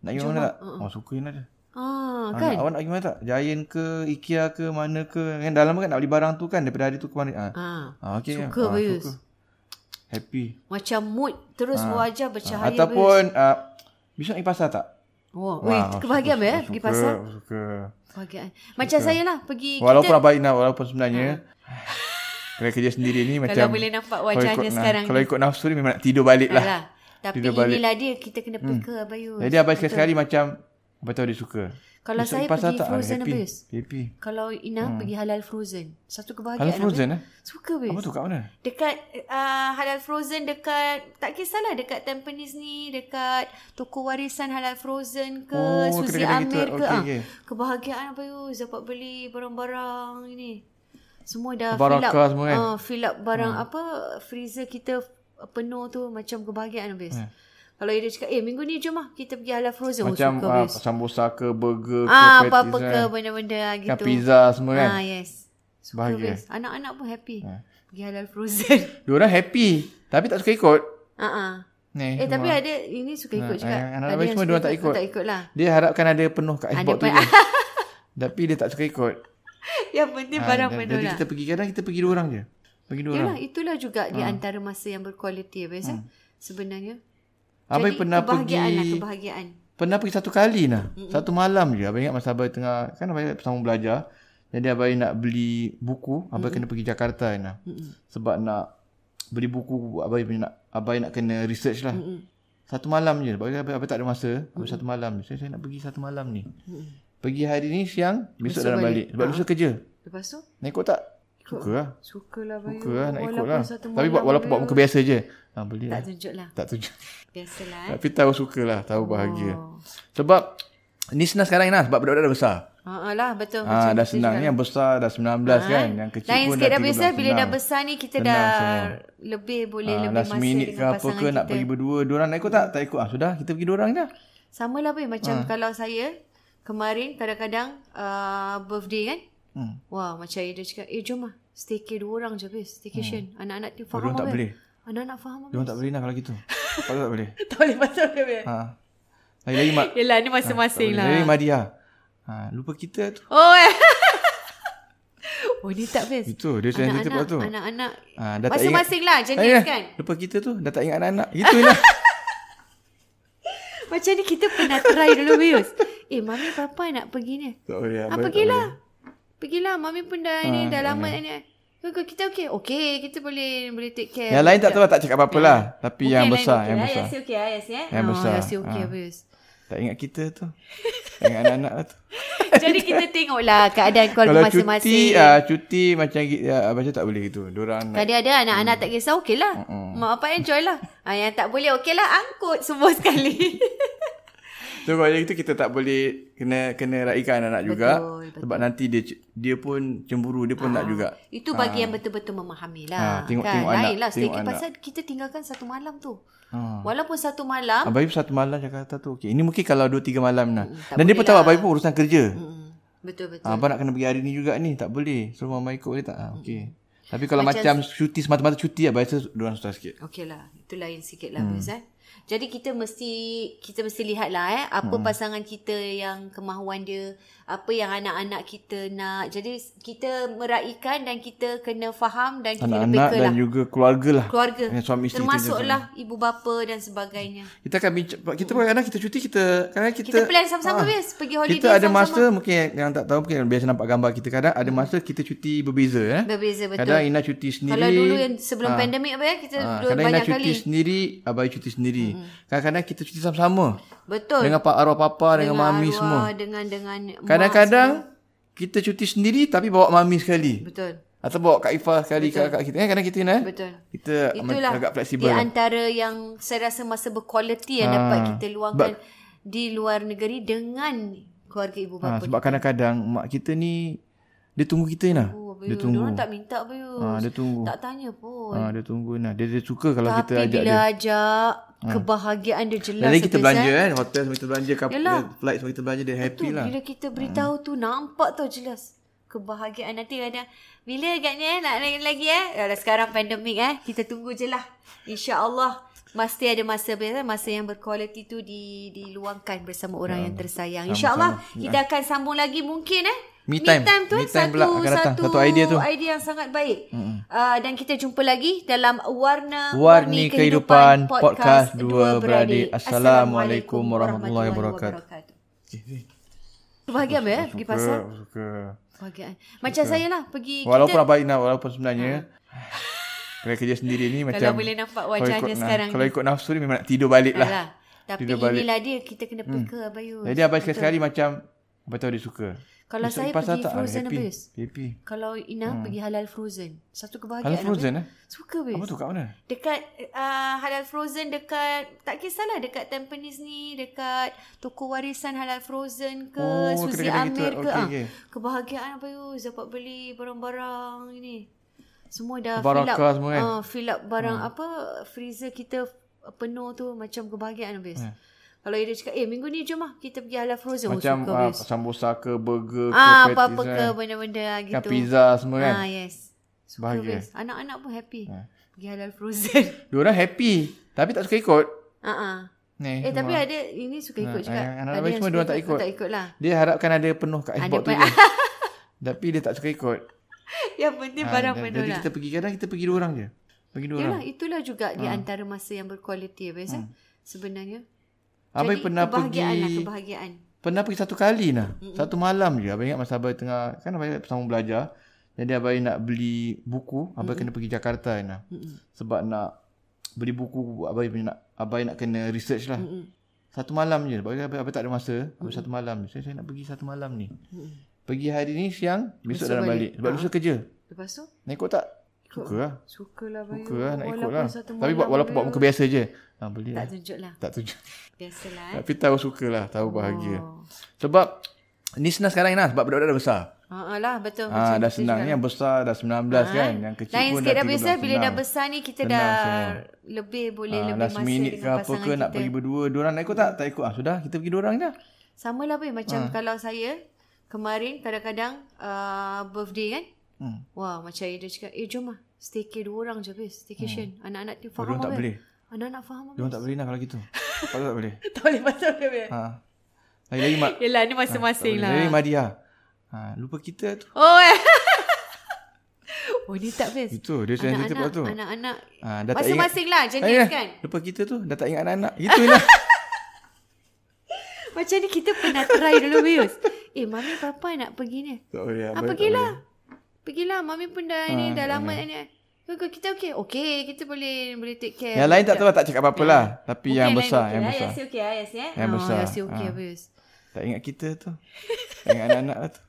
Speaker 2: Nak pergi mana tak? Oh suka ni ada.
Speaker 3: Ah,
Speaker 2: Ah,
Speaker 3: kan?
Speaker 2: nak- Awak nak pergi mana tak? Giant ke IKEA ke mana ke kan dalam kan nak beli barang tu kan daripada hari tu ke mana. Ah.
Speaker 3: Ah.
Speaker 2: Ah okey.
Speaker 3: Suka,
Speaker 2: ah,
Speaker 3: Bayus.
Speaker 2: Happy. Ah,
Speaker 3: Macam mood terus wajah bercahaya.
Speaker 2: Ataupun ah, besok nak pergi pasar tak?
Speaker 3: Bayus. Wah, wih,
Speaker 2: Ah,
Speaker 3: kebahagiaan
Speaker 2: suka,
Speaker 3: ya
Speaker 2: suka,
Speaker 3: pergi pasar.
Speaker 2: Suka.
Speaker 3: Kebahagiaan. Macam saya lah pergi
Speaker 2: Walaupun
Speaker 3: kita. Ah.
Speaker 2: apa Ina walaupun sebenarnya kalau kerja sendiri ni macam
Speaker 3: Kalau boleh nampak
Speaker 2: kalau
Speaker 3: wajahnya
Speaker 2: ikut- nah,
Speaker 3: sekarang
Speaker 2: Kalau
Speaker 3: ni.
Speaker 2: ikut nafsu ni memang nak tidur balik lah.
Speaker 3: Alah. Tapi
Speaker 2: Tidur balik.
Speaker 3: inilah dia kita kena peka hmm. Bayus.
Speaker 2: Jadi abang sekali-sekali macam Abang tahu dia suka
Speaker 3: Kalau
Speaker 2: Besok
Speaker 3: saya
Speaker 2: pergi pasar
Speaker 3: pergi
Speaker 2: tak? Ah,
Speaker 3: frozen
Speaker 2: happy.
Speaker 3: habis.
Speaker 2: Happy
Speaker 3: Kalau Ina hmm. pergi halal frozen. Satu kebahagiaan.
Speaker 2: Halal frozen eh
Speaker 3: habis. Suka habis.
Speaker 2: Apa tu kat mana?
Speaker 3: Dekat uh, halal frozen dekat tak kisahlah dekat Tampines ni dekat toko warisan halal frozen ke
Speaker 2: Oh,
Speaker 3: Suzy
Speaker 2: kedai-kedai
Speaker 3: Amir
Speaker 2: gitu.
Speaker 3: ke
Speaker 2: Okey,
Speaker 3: ah.
Speaker 2: okey.
Speaker 3: Kebahagiaan apa you dapat beli barang-barang ini. Semua dah
Speaker 2: Barakah semua kan? Hmm.
Speaker 3: Ah, fill up barang apa freezer kita penuh tu macam kebahagiaan habis. Kalau dia cakap, eh minggu ni jom lah kita pergi ala frozen. oh,
Speaker 2: Macam
Speaker 3: suka
Speaker 2: uh,
Speaker 3: Bayus.
Speaker 2: sambusa ke burger ke
Speaker 3: Ah,
Speaker 2: patties
Speaker 3: apa-apa
Speaker 2: kan.
Speaker 3: ke benda-benda lah
Speaker 2: Kan
Speaker 3: gitu.
Speaker 2: pizza semua kan.
Speaker 3: Ah, yes. Suka
Speaker 2: Bahagia. Hmm.
Speaker 3: Bayus. Anak-anak pun happy. Pergi halal frozen.
Speaker 2: Diorang happy tapi tak suka ikut.
Speaker 3: Ah, ah.
Speaker 2: Ni,
Speaker 3: Eh, tapi
Speaker 2: semua.
Speaker 3: ada ini suka ikut
Speaker 2: Ah,
Speaker 3: juga.
Speaker 2: anak-anak
Speaker 3: Ada
Speaker 2: Bayus
Speaker 3: yang
Speaker 2: semua
Speaker 3: suka
Speaker 2: diorang tak ikut.
Speaker 3: Tak ikut lah.
Speaker 2: dia harapkan ada penuh kat
Speaker 3: Ada
Speaker 2: Xbox tu
Speaker 3: pe-
Speaker 2: je. tapi dia tak suka ikut.
Speaker 3: Yang penting
Speaker 2: Ah,
Speaker 3: barang
Speaker 2: dan-
Speaker 3: penuh
Speaker 2: Jadi
Speaker 3: lah.
Speaker 2: kita pergi kadang kita pergi dua orang je. Pergi dua orang.
Speaker 3: Yalah, itulah juga
Speaker 2: Ah.
Speaker 3: di antara masa yang berkualiti Bayus. eh, Sebenarnya.
Speaker 2: Abang
Speaker 3: Jadi,
Speaker 2: pernah
Speaker 3: kebahagiaan
Speaker 2: pergi
Speaker 3: lah, kebahagiaan.
Speaker 2: Pernah pergi satu kali lah. Mm-hmm. Satu malam je. Abang ingat masa abang tengah, kan abang bersama belajar. Jadi abang nak beli buku, abang mm-hmm. kena pergi Jakarta kan lah. Mm-hmm. Sebab nak beli buku, abang nak, abang nak kena research lah. Mm-hmm. Satu malam je. Abang, abang, abang tak ada masa. Abang mm-hmm. satu malam je. Saya, saya nak pergi satu malam ni. Mm-hmm. Pergi hari ni siang, besok, besok dah nak balik. Sebab lusa kerja.
Speaker 3: Lepas tu,
Speaker 2: Nak ikut tak? Suka lah.
Speaker 3: sukalah Bayus.
Speaker 2: Suka lah nak ikut
Speaker 3: Walaupun
Speaker 2: lah.
Speaker 3: satu
Speaker 2: Tapi buat,
Speaker 3: malam,
Speaker 2: walaupun buat
Speaker 3: Bayus.
Speaker 2: muka biasa je. Ha, boleh
Speaker 3: Tak
Speaker 2: lah.
Speaker 3: tunjuk lah.
Speaker 2: Tak tuju.
Speaker 3: Biasalah eh.
Speaker 2: Tapi tahu suka lah. Tahu bahagia.
Speaker 3: Oh.
Speaker 2: Sebab ni senang sekarang ni lah sebab budak-budak dah besar.
Speaker 3: Ha lah betul
Speaker 2: Ah
Speaker 3: macam
Speaker 2: dah
Speaker 3: kita
Speaker 2: senang
Speaker 3: juga.
Speaker 2: ni yang besar dah 19 kan. Yang kecil
Speaker 3: Lain
Speaker 2: pun
Speaker 3: sikit
Speaker 2: dah
Speaker 3: dah biasa
Speaker 2: 13,
Speaker 3: bila dah
Speaker 2: senang.
Speaker 3: besar ni kita
Speaker 2: Senang
Speaker 3: dah
Speaker 2: semua.
Speaker 3: lebih boleh
Speaker 2: Ah,
Speaker 3: lebih
Speaker 2: last
Speaker 3: masa
Speaker 2: minute
Speaker 3: dengan
Speaker 2: ke apa
Speaker 3: pasangan
Speaker 2: ke
Speaker 3: kita.
Speaker 2: nak pergi berdua, diorang nak ikut tak? Tak ikut. Ah sudah, kita pergi dua orang je.
Speaker 3: Sama lah pun macam
Speaker 2: Ah.
Speaker 3: kalau saya kemarin kadang-kadang uh, birthday kan.
Speaker 2: Hmm.
Speaker 3: Wah macam dia cakap eh jom lah staycay dua orang je bes
Speaker 2: Hmm.
Speaker 3: staycation. Anak-anak tu faham
Speaker 2: Diorang tak
Speaker 3: apa?
Speaker 2: boleh.
Speaker 3: Anak-anak faham apa?
Speaker 2: Diorang tak boleh lah kalau gitu. Kalau tak boleh.
Speaker 3: Tak boleh pasal dia. Bes.
Speaker 2: Ha. Lagi-lagi mak.
Speaker 3: Yelah ni
Speaker 2: Ah, tak boleh.
Speaker 3: masing-masing lah.
Speaker 2: Lagi-lagi Madia. Ha, lupa kita tu.
Speaker 3: Oh eh. oh ni tak bes.
Speaker 2: Itu dia sensitif
Speaker 3: Anak-anak
Speaker 2: buat tu.
Speaker 3: anak-anak
Speaker 2: Ah, dah tak ingat.
Speaker 3: masing-masing lah
Speaker 2: Ayah,
Speaker 3: jenis kan.
Speaker 2: Lupa kita tu dah tak ingat anak-anak. Gitulah.
Speaker 3: Macam ni kita pernah try dulu Bius. Eh, Mami Papa nak pergi ni.
Speaker 2: tak boleh.
Speaker 3: Ah,
Speaker 2: abang tak
Speaker 3: pergilah.
Speaker 2: boleh.
Speaker 3: Pergilah. Mami pun dah ni,
Speaker 2: Ah,
Speaker 3: dah lama ni. Kau- kau- Kita okey. Okey, kita boleh boleh take care.
Speaker 2: Yang lain tak tahu lah, tak cakap apa-apa lah. Tapi yang besar, yang
Speaker 3: Ya,
Speaker 2: besar.
Speaker 3: Yasi okey lah, Yasi eh.
Speaker 2: Yang besar.
Speaker 3: Oh, Yasi okey
Speaker 2: Ah.
Speaker 3: Bius.
Speaker 2: Tak ingat kita tu. Tak ingat anak-anak lah tu.
Speaker 3: Jadi kita tengoklah keadaan
Speaker 2: Kalau
Speaker 3: keluarga
Speaker 2: cuti,
Speaker 3: masing-masing.
Speaker 2: ah, cuti macam uh, macam tak boleh gitu. Diorang nak
Speaker 3: Kadang ada anak-anak tak kisah okey lah. Mak bapak enjoy lah. Ah, yang tak boleh okey lah angkut semua sekali.
Speaker 2: So kalau macam itu kita tak boleh kena kena raikan anak juga
Speaker 3: Betul, Ah. betul.
Speaker 2: sebab nanti dia c- dia pun cemburu, dia pun nak juga.
Speaker 3: Itu bagi yang betul-betul memahami lah.
Speaker 2: Ah, tengok-
Speaker 3: kan?
Speaker 2: tengok
Speaker 3: Lain
Speaker 2: anak,
Speaker 3: lah.
Speaker 2: tengok
Speaker 3: Sedikit
Speaker 2: anak. Ah.
Speaker 3: pasal kita tinggalkan satu malam tu. Walaupun satu malam.
Speaker 2: Abai Ah, satu malam Jakarta tu okey. Ini mungkin kalau 2 3 malam lah.
Speaker 3: tak
Speaker 2: Dan dia
Speaker 3: boleh
Speaker 2: pun tahu
Speaker 3: lah.
Speaker 2: abai pun urusan kerja.
Speaker 3: mm, Betul-betul.
Speaker 2: Ah, abang nak kena pergi hari ni juga ni, tak boleh. So mama ikut boleh tak? Ah,
Speaker 3: Mm.
Speaker 2: okey. Tapi kalau macam, cuti semata-mata cuti abai rasa dia orang susah sikit.
Speaker 3: Okey lah. Itu lain sikit lah. Hmm. Eh? Jadi kita mesti kita mesti lihat lah eh. Apa hmm. pasangan kita yang kemahuan dia. Apa yang anak-anak kita nak. Jadi kita meraikan dan kita kena faham dan kita kena
Speaker 2: Anak-anak
Speaker 3: peka
Speaker 2: dan
Speaker 3: lah.
Speaker 2: juga keluarga lah.
Speaker 3: Keluarga.
Speaker 2: Eh, suami isteri
Speaker 3: Termasuklah ibu bapa dan sebagainya.
Speaker 2: Kita akan bincang kita pun kadang kita cuti kita kadang kita Ah,
Speaker 3: Kita plan sama-sama, Bis. Pergi holiday
Speaker 2: Kita ada
Speaker 3: sama-sama. Hmm.
Speaker 2: masa mungkin yang, yang tak tahu mungkin yang biasa nampak gambar kita kadang ada masa kita cuti berbeza eh.
Speaker 3: Berbeza betul.
Speaker 2: Kadang Ina cuti sendiri.
Speaker 3: Kalau dulu yang sebelum ha. pandemik apa ya kita
Speaker 2: Ah,
Speaker 3: ha.
Speaker 2: kadang Ina
Speaker 3: banyak
Speaker 2: cuti
Speaker 3: kali. Hmm.
Speaker 2: sendiri, abai cuti sendiri. Kadang-kadang kita cuti sama-sama.
Speaker 3: Betul.
Speaker 2: Dengan pak arwah papa, dengan, mami
Speaker 3: arwah,
Speaker 2: semua.
Speaker 3: Dengan dengan mak
Speaker 2: Kadang-kadang kita cuti sendiri tapi bawa mami sekali.
Speaker 3: semua. betul.
Speaker 2: Atau bawa Kak Ifah sekali kakak kita. Kan kadang kita ni. eh?
Speaker 3: Betul.
Speaker 2: Kita
Speaker 3: Itulah
Speaker 2: agak fleksibel. lah. Ah.
Speaker 3: di antara yang saya rasa masa berkualiti yang ha. dapat kita luangkan di luar negeri dengan keluarga ibu
Speaker 2: Ha,
Speaker 3: bapa.
Speaker 2: sebab kadang-kadang mak kita ni dia tunggu kita ni lah.
Speaker 3: Oh,
Speaker 2: Dia
Speaker 3: Bayus.
Speaker 2: tunggu.
Speaker 3: Diorang tak minta Bayus.
Speaker 2: Ha, dia tunggu.
Speaker 3: Tak tanya pun.
Speaker 2: Ha, dia tunggu nah. Dia, dia suka kalau
Speaker 3: Tapi
Speaker 2: kita ajak
Speaker 3: bila
Speaker 2: dia.
Speaker 3: ajak kebahagiaan dia jelas.
Speaker 2: Lagi kita
Speaker 3: Bayus,
Speaker 2: belanja
Speaker 3: eh.
Speaker 2: kan. Hotel semua kita belanja. Kap,
Speaker 3: Yalah.
Speaker 2: flight semua kita belanja. Dia happy
Speaker 3: Tu
Speaker 2: lah.
Speaker 3: bila kita beritahu tu nampak tau jelas kebahagiaan nanti ada bila agaknya eh, nak lagi lagi eh Yalah, sekarang pandemik eh kita tunggu je lah insyaallah mesti ada masa biasa masa yang berkualiti tu di diluangkan bersama orang
Speaker 2: Ya,
Speaker 3: yang tersayang insyaallah kita akan sambung lagi mungkin eh
Speaker 2: Me time.
Speaker 3: tu
Speaker 2: Me
Speaker 3: eh,
Speaker 2: time pula
Speaker 3: satu,
Speaker 2: akan datang. Satu idea tu.
Speaker 3: idea yang sangat baik mm. uh, dan kita jumpa lagi dalam warna
Speaker 2: Warni Kehidupan Podcast Dua Beradik. Assalamualaikum warahmatullahi wabarakatuh.
Speaker 3: Bahagia apa ya pergi pasar?
Speaker 2: suka.
Speaker 3: Kebahagiaan. Macam saya lah pergi
Speaker 2: Walaupun
Speaker 3: kita Ah.
Speaker 2: abang Ina, walaupun sebenarnya. Kalau kerja sendiri ni macam.
Speaker 3: boleh nampak
Speaker 2: kalau
Speaker 3: wajah
Speaker 2: ikut
Speaker 3: dia
Speaker 2: na-
Speaker 3: sekarang
Speaker 2: Kalau
Speaker 3: ni.
Speaker 2: ikut nafsu ni memang nak tidur balik lah.
Speaker 3: Alah, Tapi
Speaker 2: Tidur balik.
Speaker 3: inilah dia kita kena peka hmm. Abayus.
Speaker 2: Jadi abang sekali-sekali macam. Abang tahu dia suka.
Speaker 3: Kalau
Speaker 2: Besok
Speaker 3: saya
Speaker 2: pasar
Speaker 3: pergi
Speaker 2: tak? Ah,
Speaker 3: frozen
Speaker 2: happy.
Speaker 3: habis.
Speaker 2: Happy.
Speaker 3: Kalau Ina hmm. pergi halal frozen. Satu kebahagiaan.
Speaker 2: Halal frozen
Speaker 3: Abayus.
Speaker 2: eh?
Speaker 3: Suka Abayus.
Speaker 2: Apa tu kat mana?
Speaker 3: Dekat uh, halal frozen dekat tak kisahlah dekat Tampines ni dekat toko warisan halal frozen ke
Speaker 2: Oh,
Speaker 3: Suzy
Speaker 2: kedai-kedai
Speaker 3: Amir ke
Speaker 2: gitu. Okey,
Speaker 3: ah.
Speaker 2: okey.
Speaker 3: kebahagiaan apa you dapat beli barang-barang ni semua dah
Speaker 2: Barakah
Speaker 3: fill up
Speaker 2: semua kan?
Speaker 3: Ah, fill up barang apa freezer kita penuh tu macam kebahagiaan Bayus. Yeah.
Speaker 2: Hmm.
Speaker 3: Kalau dia cakap, eh minggu ni jom lah kita pergi halal frozen. Oh,
Speaker 2: Macam
Speaker 3: suka,
Speaker 2: ah,
Speaker 3: Bayus.
Speaker 2: sambusa ke burger ke
Speaker 3: Ah,
Speaker 2: patties
Speaker 3: apa-apa ke
Speaker 2: kan.
Speaker 3: benda-benda ah,
Speaker 2: Kan
Speaker 3: gitu.
Speaker 2: pizza semua kan.
Speaker 3: Ah, yes. Suka
Speaker 2: Bahagia. Hmm.
Speaker 3: Bayus. Anak-anak pun happy. Pergi halal frozen.
Speaker 2: Diorang happy tapi tak suka ikut.
Speaker 3: Ah, ah.
Speaker 2: Ni.
Speaker 3: Eh
Speaker 2: semua.
Speaker 3: tapi ada ini suka ikut
Speaker 2: Ah,
Speaker 3: juga.
Speaker 2: yang anak-anak
Speaker 3: Ada
Speaker 2: bayi
Speaker 3: yang
Speaker 2: semua
Speaker 3: suka
Speaker 2: diorang tak ikut.
Speaker 3: Tak ikut lah.
Speaker 2: Dia harapkan ada penuh kat
Speaker 3: Ada
Speaker 2: Xbox tu
Speaker 3: pa-
Speaker 2: je. tapi dia tak suka ikut.
Speaker 3: Yang penting
Speaker 2: Ah,
Speaker 3: Ya, barang
Speaker 2: dan-
Speaker 3: penuh
Speaker 2: Jadi
Speaker 3: lah.
Speaker 2: kita lah. pergi kadang kita pergi dua orang je. Pergi dua orang.
Speaker 3: Yalah, itulah juga
Speaker 2: Ah.
Speaker 3: di antara masa yang berkualiti Bayus. eh. Sebenarnya.
Speaker 2: Abang
Speaker 3: Jadi
Speaker 2: Ah. pernah
Speaker 3: kebahagiaan lah,
Speaker 2: pergi
Speaker 3: kebahagiaan.
Speaker 2: Pernah pergi satu kali lah. Mm-hmm. Satu malam je. Abang ingat masa abang tengah... Kan abang sama belajar. Jadi abang nak beli buku. Abang mm-hmm. kena pergi Jakarta kan lah. Mm-hmm. Sebab nak beli buku. Abang punya nak, abang nak kena research lah. Mm-hmm. Satu malam je. Sebab abang, abang tak ada masa. Abang mm-hmm. satu malam je. Saya, saya nak pergi satu malam ni. Mm-hmm. Pergi hari ni siang. Besok,
Speaker 3: Besok
Speaker 2: dah
Speaker 3: balik. Ah.
Speaker 2: nak balik. Sebab lusa kerja.
Speaker 3: Lepas tu,
Speaker 2: Nak ikut tak? Suka lah.
Speaker 3: sukalah Bayus.
Speaker 2: Suka lah nak ikut
Speaker 3: Walaupun
Speaker 2: lah.
Speaker 3: satu
Speaker 2: Tapi buat,
Speaker 3: malam,
Speaker 2: walaupun buat
Speaker 3: Bayus.
Speaker 2: muka biasa je. Ha,
Speaker 3: Tak
Speaker 2: beli lah.
Speaker 3: tunjuk lah.
Speaker 2: Tak tuju.
Speaker 3: Biasalah eh.
Speaker 2: Tapi tahu suka lah. Tahu bahagia.
Speaker 3: Oh.
Speaker 2: Sebab ni senang sekarang ni lah. Sebab budak-budak dah besar.
Speaker 3: Ha lah betul
Speaker 2: Ah,
Speaker 3: macam
Speaker 2: dah
Speaker 3: tu
Speaker 2: senang
Speaker 3: juga.
Speaker 2: ni yang besar dah 19 kan. Yang kecil
Speaker 3: Ah, eh? Lain
Speaker 2: pun
Speaker 3: sikit
Speaker 2: dah
Speaker 3: dah biasa
Speaker 2: 13
Speaker 3: bila dah
Speaker 2: senang.
Speaker 3: besar ni kita
Speaker 2: Senang
Speaker 3: dah
Speaker 2: senang.
Speaker 3: lebih boleh
Speaker 2: Ah,
Speaker 3: lebih
Speaker 2: last
Speaker 3: masa
Speaker 2: minute ke
Speaker 3: dengan
Speaker 2: apa
Speaker 3: pasangan
Speaker 2: ke
Speaker 3: kita.
Speaker 2: nak pergi berdua, dua orang nak ikut tak? Tak ikut ah. Sudah, kita pergi dua orang je.
Speaker 3: Sama lah Bay. Macam
Speaker 2: Ah.
Speaker 3: kalau saya kemarin kadang-kadang uh, birthday kan.
Speaker 2: Hmm.
Speaker 3: Wah macam dia cakap eh jom lah. Staycay dua orang je Bayus. Staycation. Anak-anak dia
Speaker 2: Dia
Speaker 3: faham
Speaker 2: Hmm. tak
Speaker 3: Bay.
Speaker 2: boleh.
Speaker 3: Anak-anak faham
Speaker 2: Dia tak boleh lah kalau gitu. Kalau tak boleh.
Speaker 3: Tak boleh pasal dia Bayus.
Speaker 2: Ha. Lagi-lagi mak.
Speaker 3: Yelah ni masing-masing lah.
Speaker 2: Lagi Madia. Ha, lupa kita tu.
Speaker 3: Oh eh. Oh ni tak Bayus.
Speaker 2: Itu dia sensitif
Speaker 3: Anak-anak.
Speaker 2: buat tu.
Speaker 3: Anak-anak.
Speaker 2: Ha, dah tak ingat.
Speaker 3: Masing-masing lah jenis
Speaker 2: Ayah,
Speaker 3: kan.
Speaker 2: Lupa kita tu dah tak ingat anak-anak. Itulah.
Speaker 3: Macam ni kita pernah try dulu Bius. Eh, Mami Papa nak pergi ni.
Speaker 2: tak boleh. Ah,
Speaker 3: Ah, pergilah. Pergilah. Mami pun dah ni, dah lama ni. Kau- kau- Kita okey. Okey, kita boleh boleh take care.
Speaker 2: Yang lain tak tahu tak cakap apa-apa lah. Tapi
Speaker 3: Eh, ya. Mungkin
Speaker 2: yang
Speaker 3: lain
Speaker 2: besar,
Speaker 3: okey
Speaker 2: yang
Speaker 3: lah.
Speaker 2: besar.
Speaker 3: Yasi okey lah, Yasi eh.
Speaker 2: Yang
Speaker 3: Oh,
Speaker 2: besar.
Speaker 3: Yasi okey
Speaker 2: Ah.
Speaker 3: Bius.
Speaker 2: Tak ingat kita tu. Tak ingat anak-anak lah tu.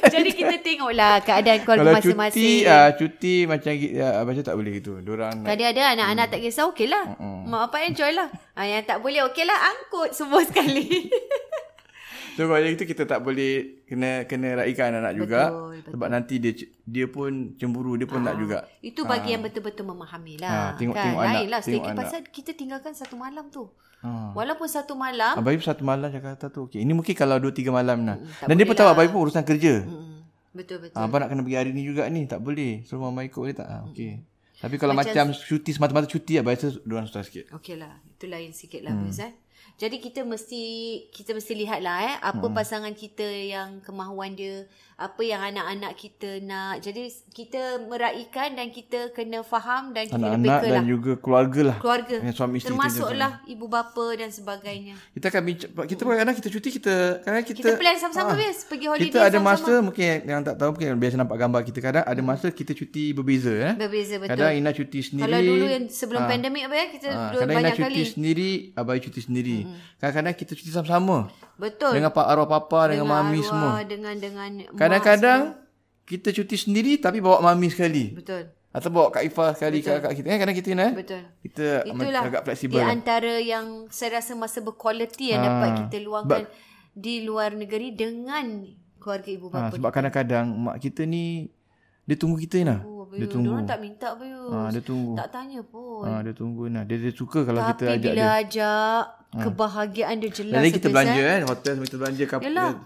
Speaker 3: Jadi kita tengoklah keadaan keluarga
Speaker 2: Kalau cuti
Speaker 3: masing-masgi.
Speaker 2: uh, cuti macam uh, macam tak boleh gitu. Diorang nak
Speaker 3: Tadi ada anak-anak tak kisah okey lah. Mak bapak enjoy lah. Ah, yang tak boleh okey lah angkut semua sekali.
Speaker 2: So kalau macam itu kita tak boleh kena kena raikan anak juga
Speaker 3: Betul, betul. Ah.
Speaker 2: sebab nanti dia c- dia pun cemburu, dia pun nak juga.
Speaker 3: Itu bagi yang betul-betul memahami lah.
Speaker 2: Ah, tengok-
Speaker 3: kan?
Speaker 2: tengok anak,
Speaker 3: Lain lah.
Speaker 2: tengok
Speaker 3: Staycay
Speaker 2: anak.
Speaker 3: pasal kita tinggalkan satu malam tu.
Speaker 2: Ha.
Speaker 3: Walaupun satu malam.
Speaker 2: Abai pun satu malam Jakarta tu okey. Ini mungkin kalau 2 3 malam lah.
Speaker 3: tak
Speaker 2: Dan dia pun
Speaker 3: boleh
Speaker 2: tahu
Speaker 3: lah.
Speaker 2: abai pun urusan kerja. Hmm.
Speaker 3: Mm, betul betul.
Speaker 2: Abang nak kena pergi hari ni juga ni, tak boleh. So mama ikut boleh tak? Ha,
Speaker 3: Hmm.
Speaker 2: okey. Tapi kalau macam, cuti semata-mata cuti abai rasa diorang susah sikit.
Speaker 3: Okey lah. Itu lain sikit lah hmm. eh. Jadi kita mesti kita mesti lihat lah eh apa hmm. pasangan kita yang kemahuan dia, apa yang anak-anak kita nak. Jadi kita meraikan dan kita kena faham dan kita kena
Speaker 2: Anak-anak
Speaker 3: peka
Speaker 2: dan
Speaker 3: lah.
Speaker 2: juga keluarga lah.
Speaker 3: Keluarga. lah.
Speaker 2: Dengan suami isteri
Speaker 3: Termasuklah ibu bapa dan sebagainya.
Speaker 2: Kita akan bincang kita pun kadang kita cuti kita kadang kita Ah.
Speaker 3: Kita plan sama-sama, Bis. Pergi holiday
Speaker 2: Kita ada
Speaker 3: sama-sama. Hmm.
Speaker 2: masa mungkin yang tak tahu mungkin yang biasa nampak gambar kita kadang ada masa kita cuti berbeza eh.
Speaker 3: Berbeza betul.
Speaker 2: Kadang Ina cuti sendiri.
Speaker 3: Kalau dulu yang sebelum pandemik apa ya kita
Speaker 2: ha,
Speaker 3: dulu
Speaker 2: Ah. kadang Ina
Speaker 3: banyak
Speaker 2: cuti
Speaker 3: kali. Hmm.
Speaker 2: sendiri, abai cuti sendiri. Kadang-kadang kita cuti sama-sama.
Speaker 3: Betul.
Speaker 2: Dengan pak arwah papa, dengan, mami
Speaker 3: arwah,
Speaker 2: semua.
Speaker 3: Dengan dengan mak
Speaker 2: Kadang-kadang kita cuti sendiri tapi bawa mami sekali.
Speaker 3: betul.
Speaker 2: Atau bawa Kak Ifah sekali, kakak kita. Kan kadang kita Ina eh.
Speaker 3: Betul.
Speaker 2: Kita
Speaker 3: Itulah
Speaker 2: agak fleksibel. lah. Ah,
Speaker 3: di antara yang saya rasa masa berkualiti yang dapat kita luangkan di luar negeri dengan keluarga ibu
Speaker 2: Ha,
Speaker 3: bapa.
Speaker 2: sebab kadang-kadang mak kita ni dia tunggu kita Ina.
Speaker 3: Oh, Abayus.
Speaker 2: Dia tunggu.
Speaker 3: Diorang tak minta Bayus.
Speaker 2: Ha, dia tunggu.
Speaker 3: Tak tanya pun.
Speaker 2: Ha, dia tunggu Ina. Dia, dia suka kalau kita
Speaker 3: Tapi
Speaker 2: ajak
Speaker 3: bila
Speaker 2: dia.
Speaker 3: ajak kebahagiaan dia jelas.
Speaker 2: Lagi kita
Speaker 3: Abayus,
Speaker 2: belanja
Speaker 3: eh.
Speaker 2: kan. Hotel semua kita belanja. Kap,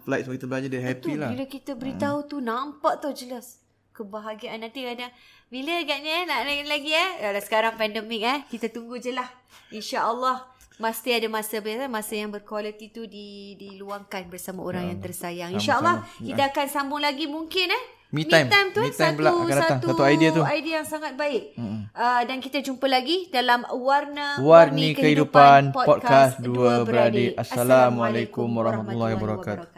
Speaker 2: flight semua kita belanja. Dia happy
Speaker 3: Tu,
Speaker 2: lah.
Speaker 3: Bila kita beritahu tu nampak tau jelas kebahagiaan nanti ada bila agaknya eh, nak lagi lagi eh Alah, sekarang pandemik eh kita tunggu je lah insyaallah mesti ada masa biasa masa yang berkualiti tu di diluangkan bersama orang yang tersayang insyaallah kita akan sambung lagi mungkin eh
Speaker 2: Me time.
Speaker 3: tu
Speaker 2: Me
Speaker 3: eh,
Speaker 2: time pula akan datang.
Speaker 3: satu
Speaker 2: Satu idea tu.
Speaker 3: idea yang sangat baik mm-hmm. uh, dan kita jumpa lagi dalam warna
Speaker 2: Warni Kehidupan Podcast Dua Beradik. Assalamualaikum warahmatullahi wabarakatuh.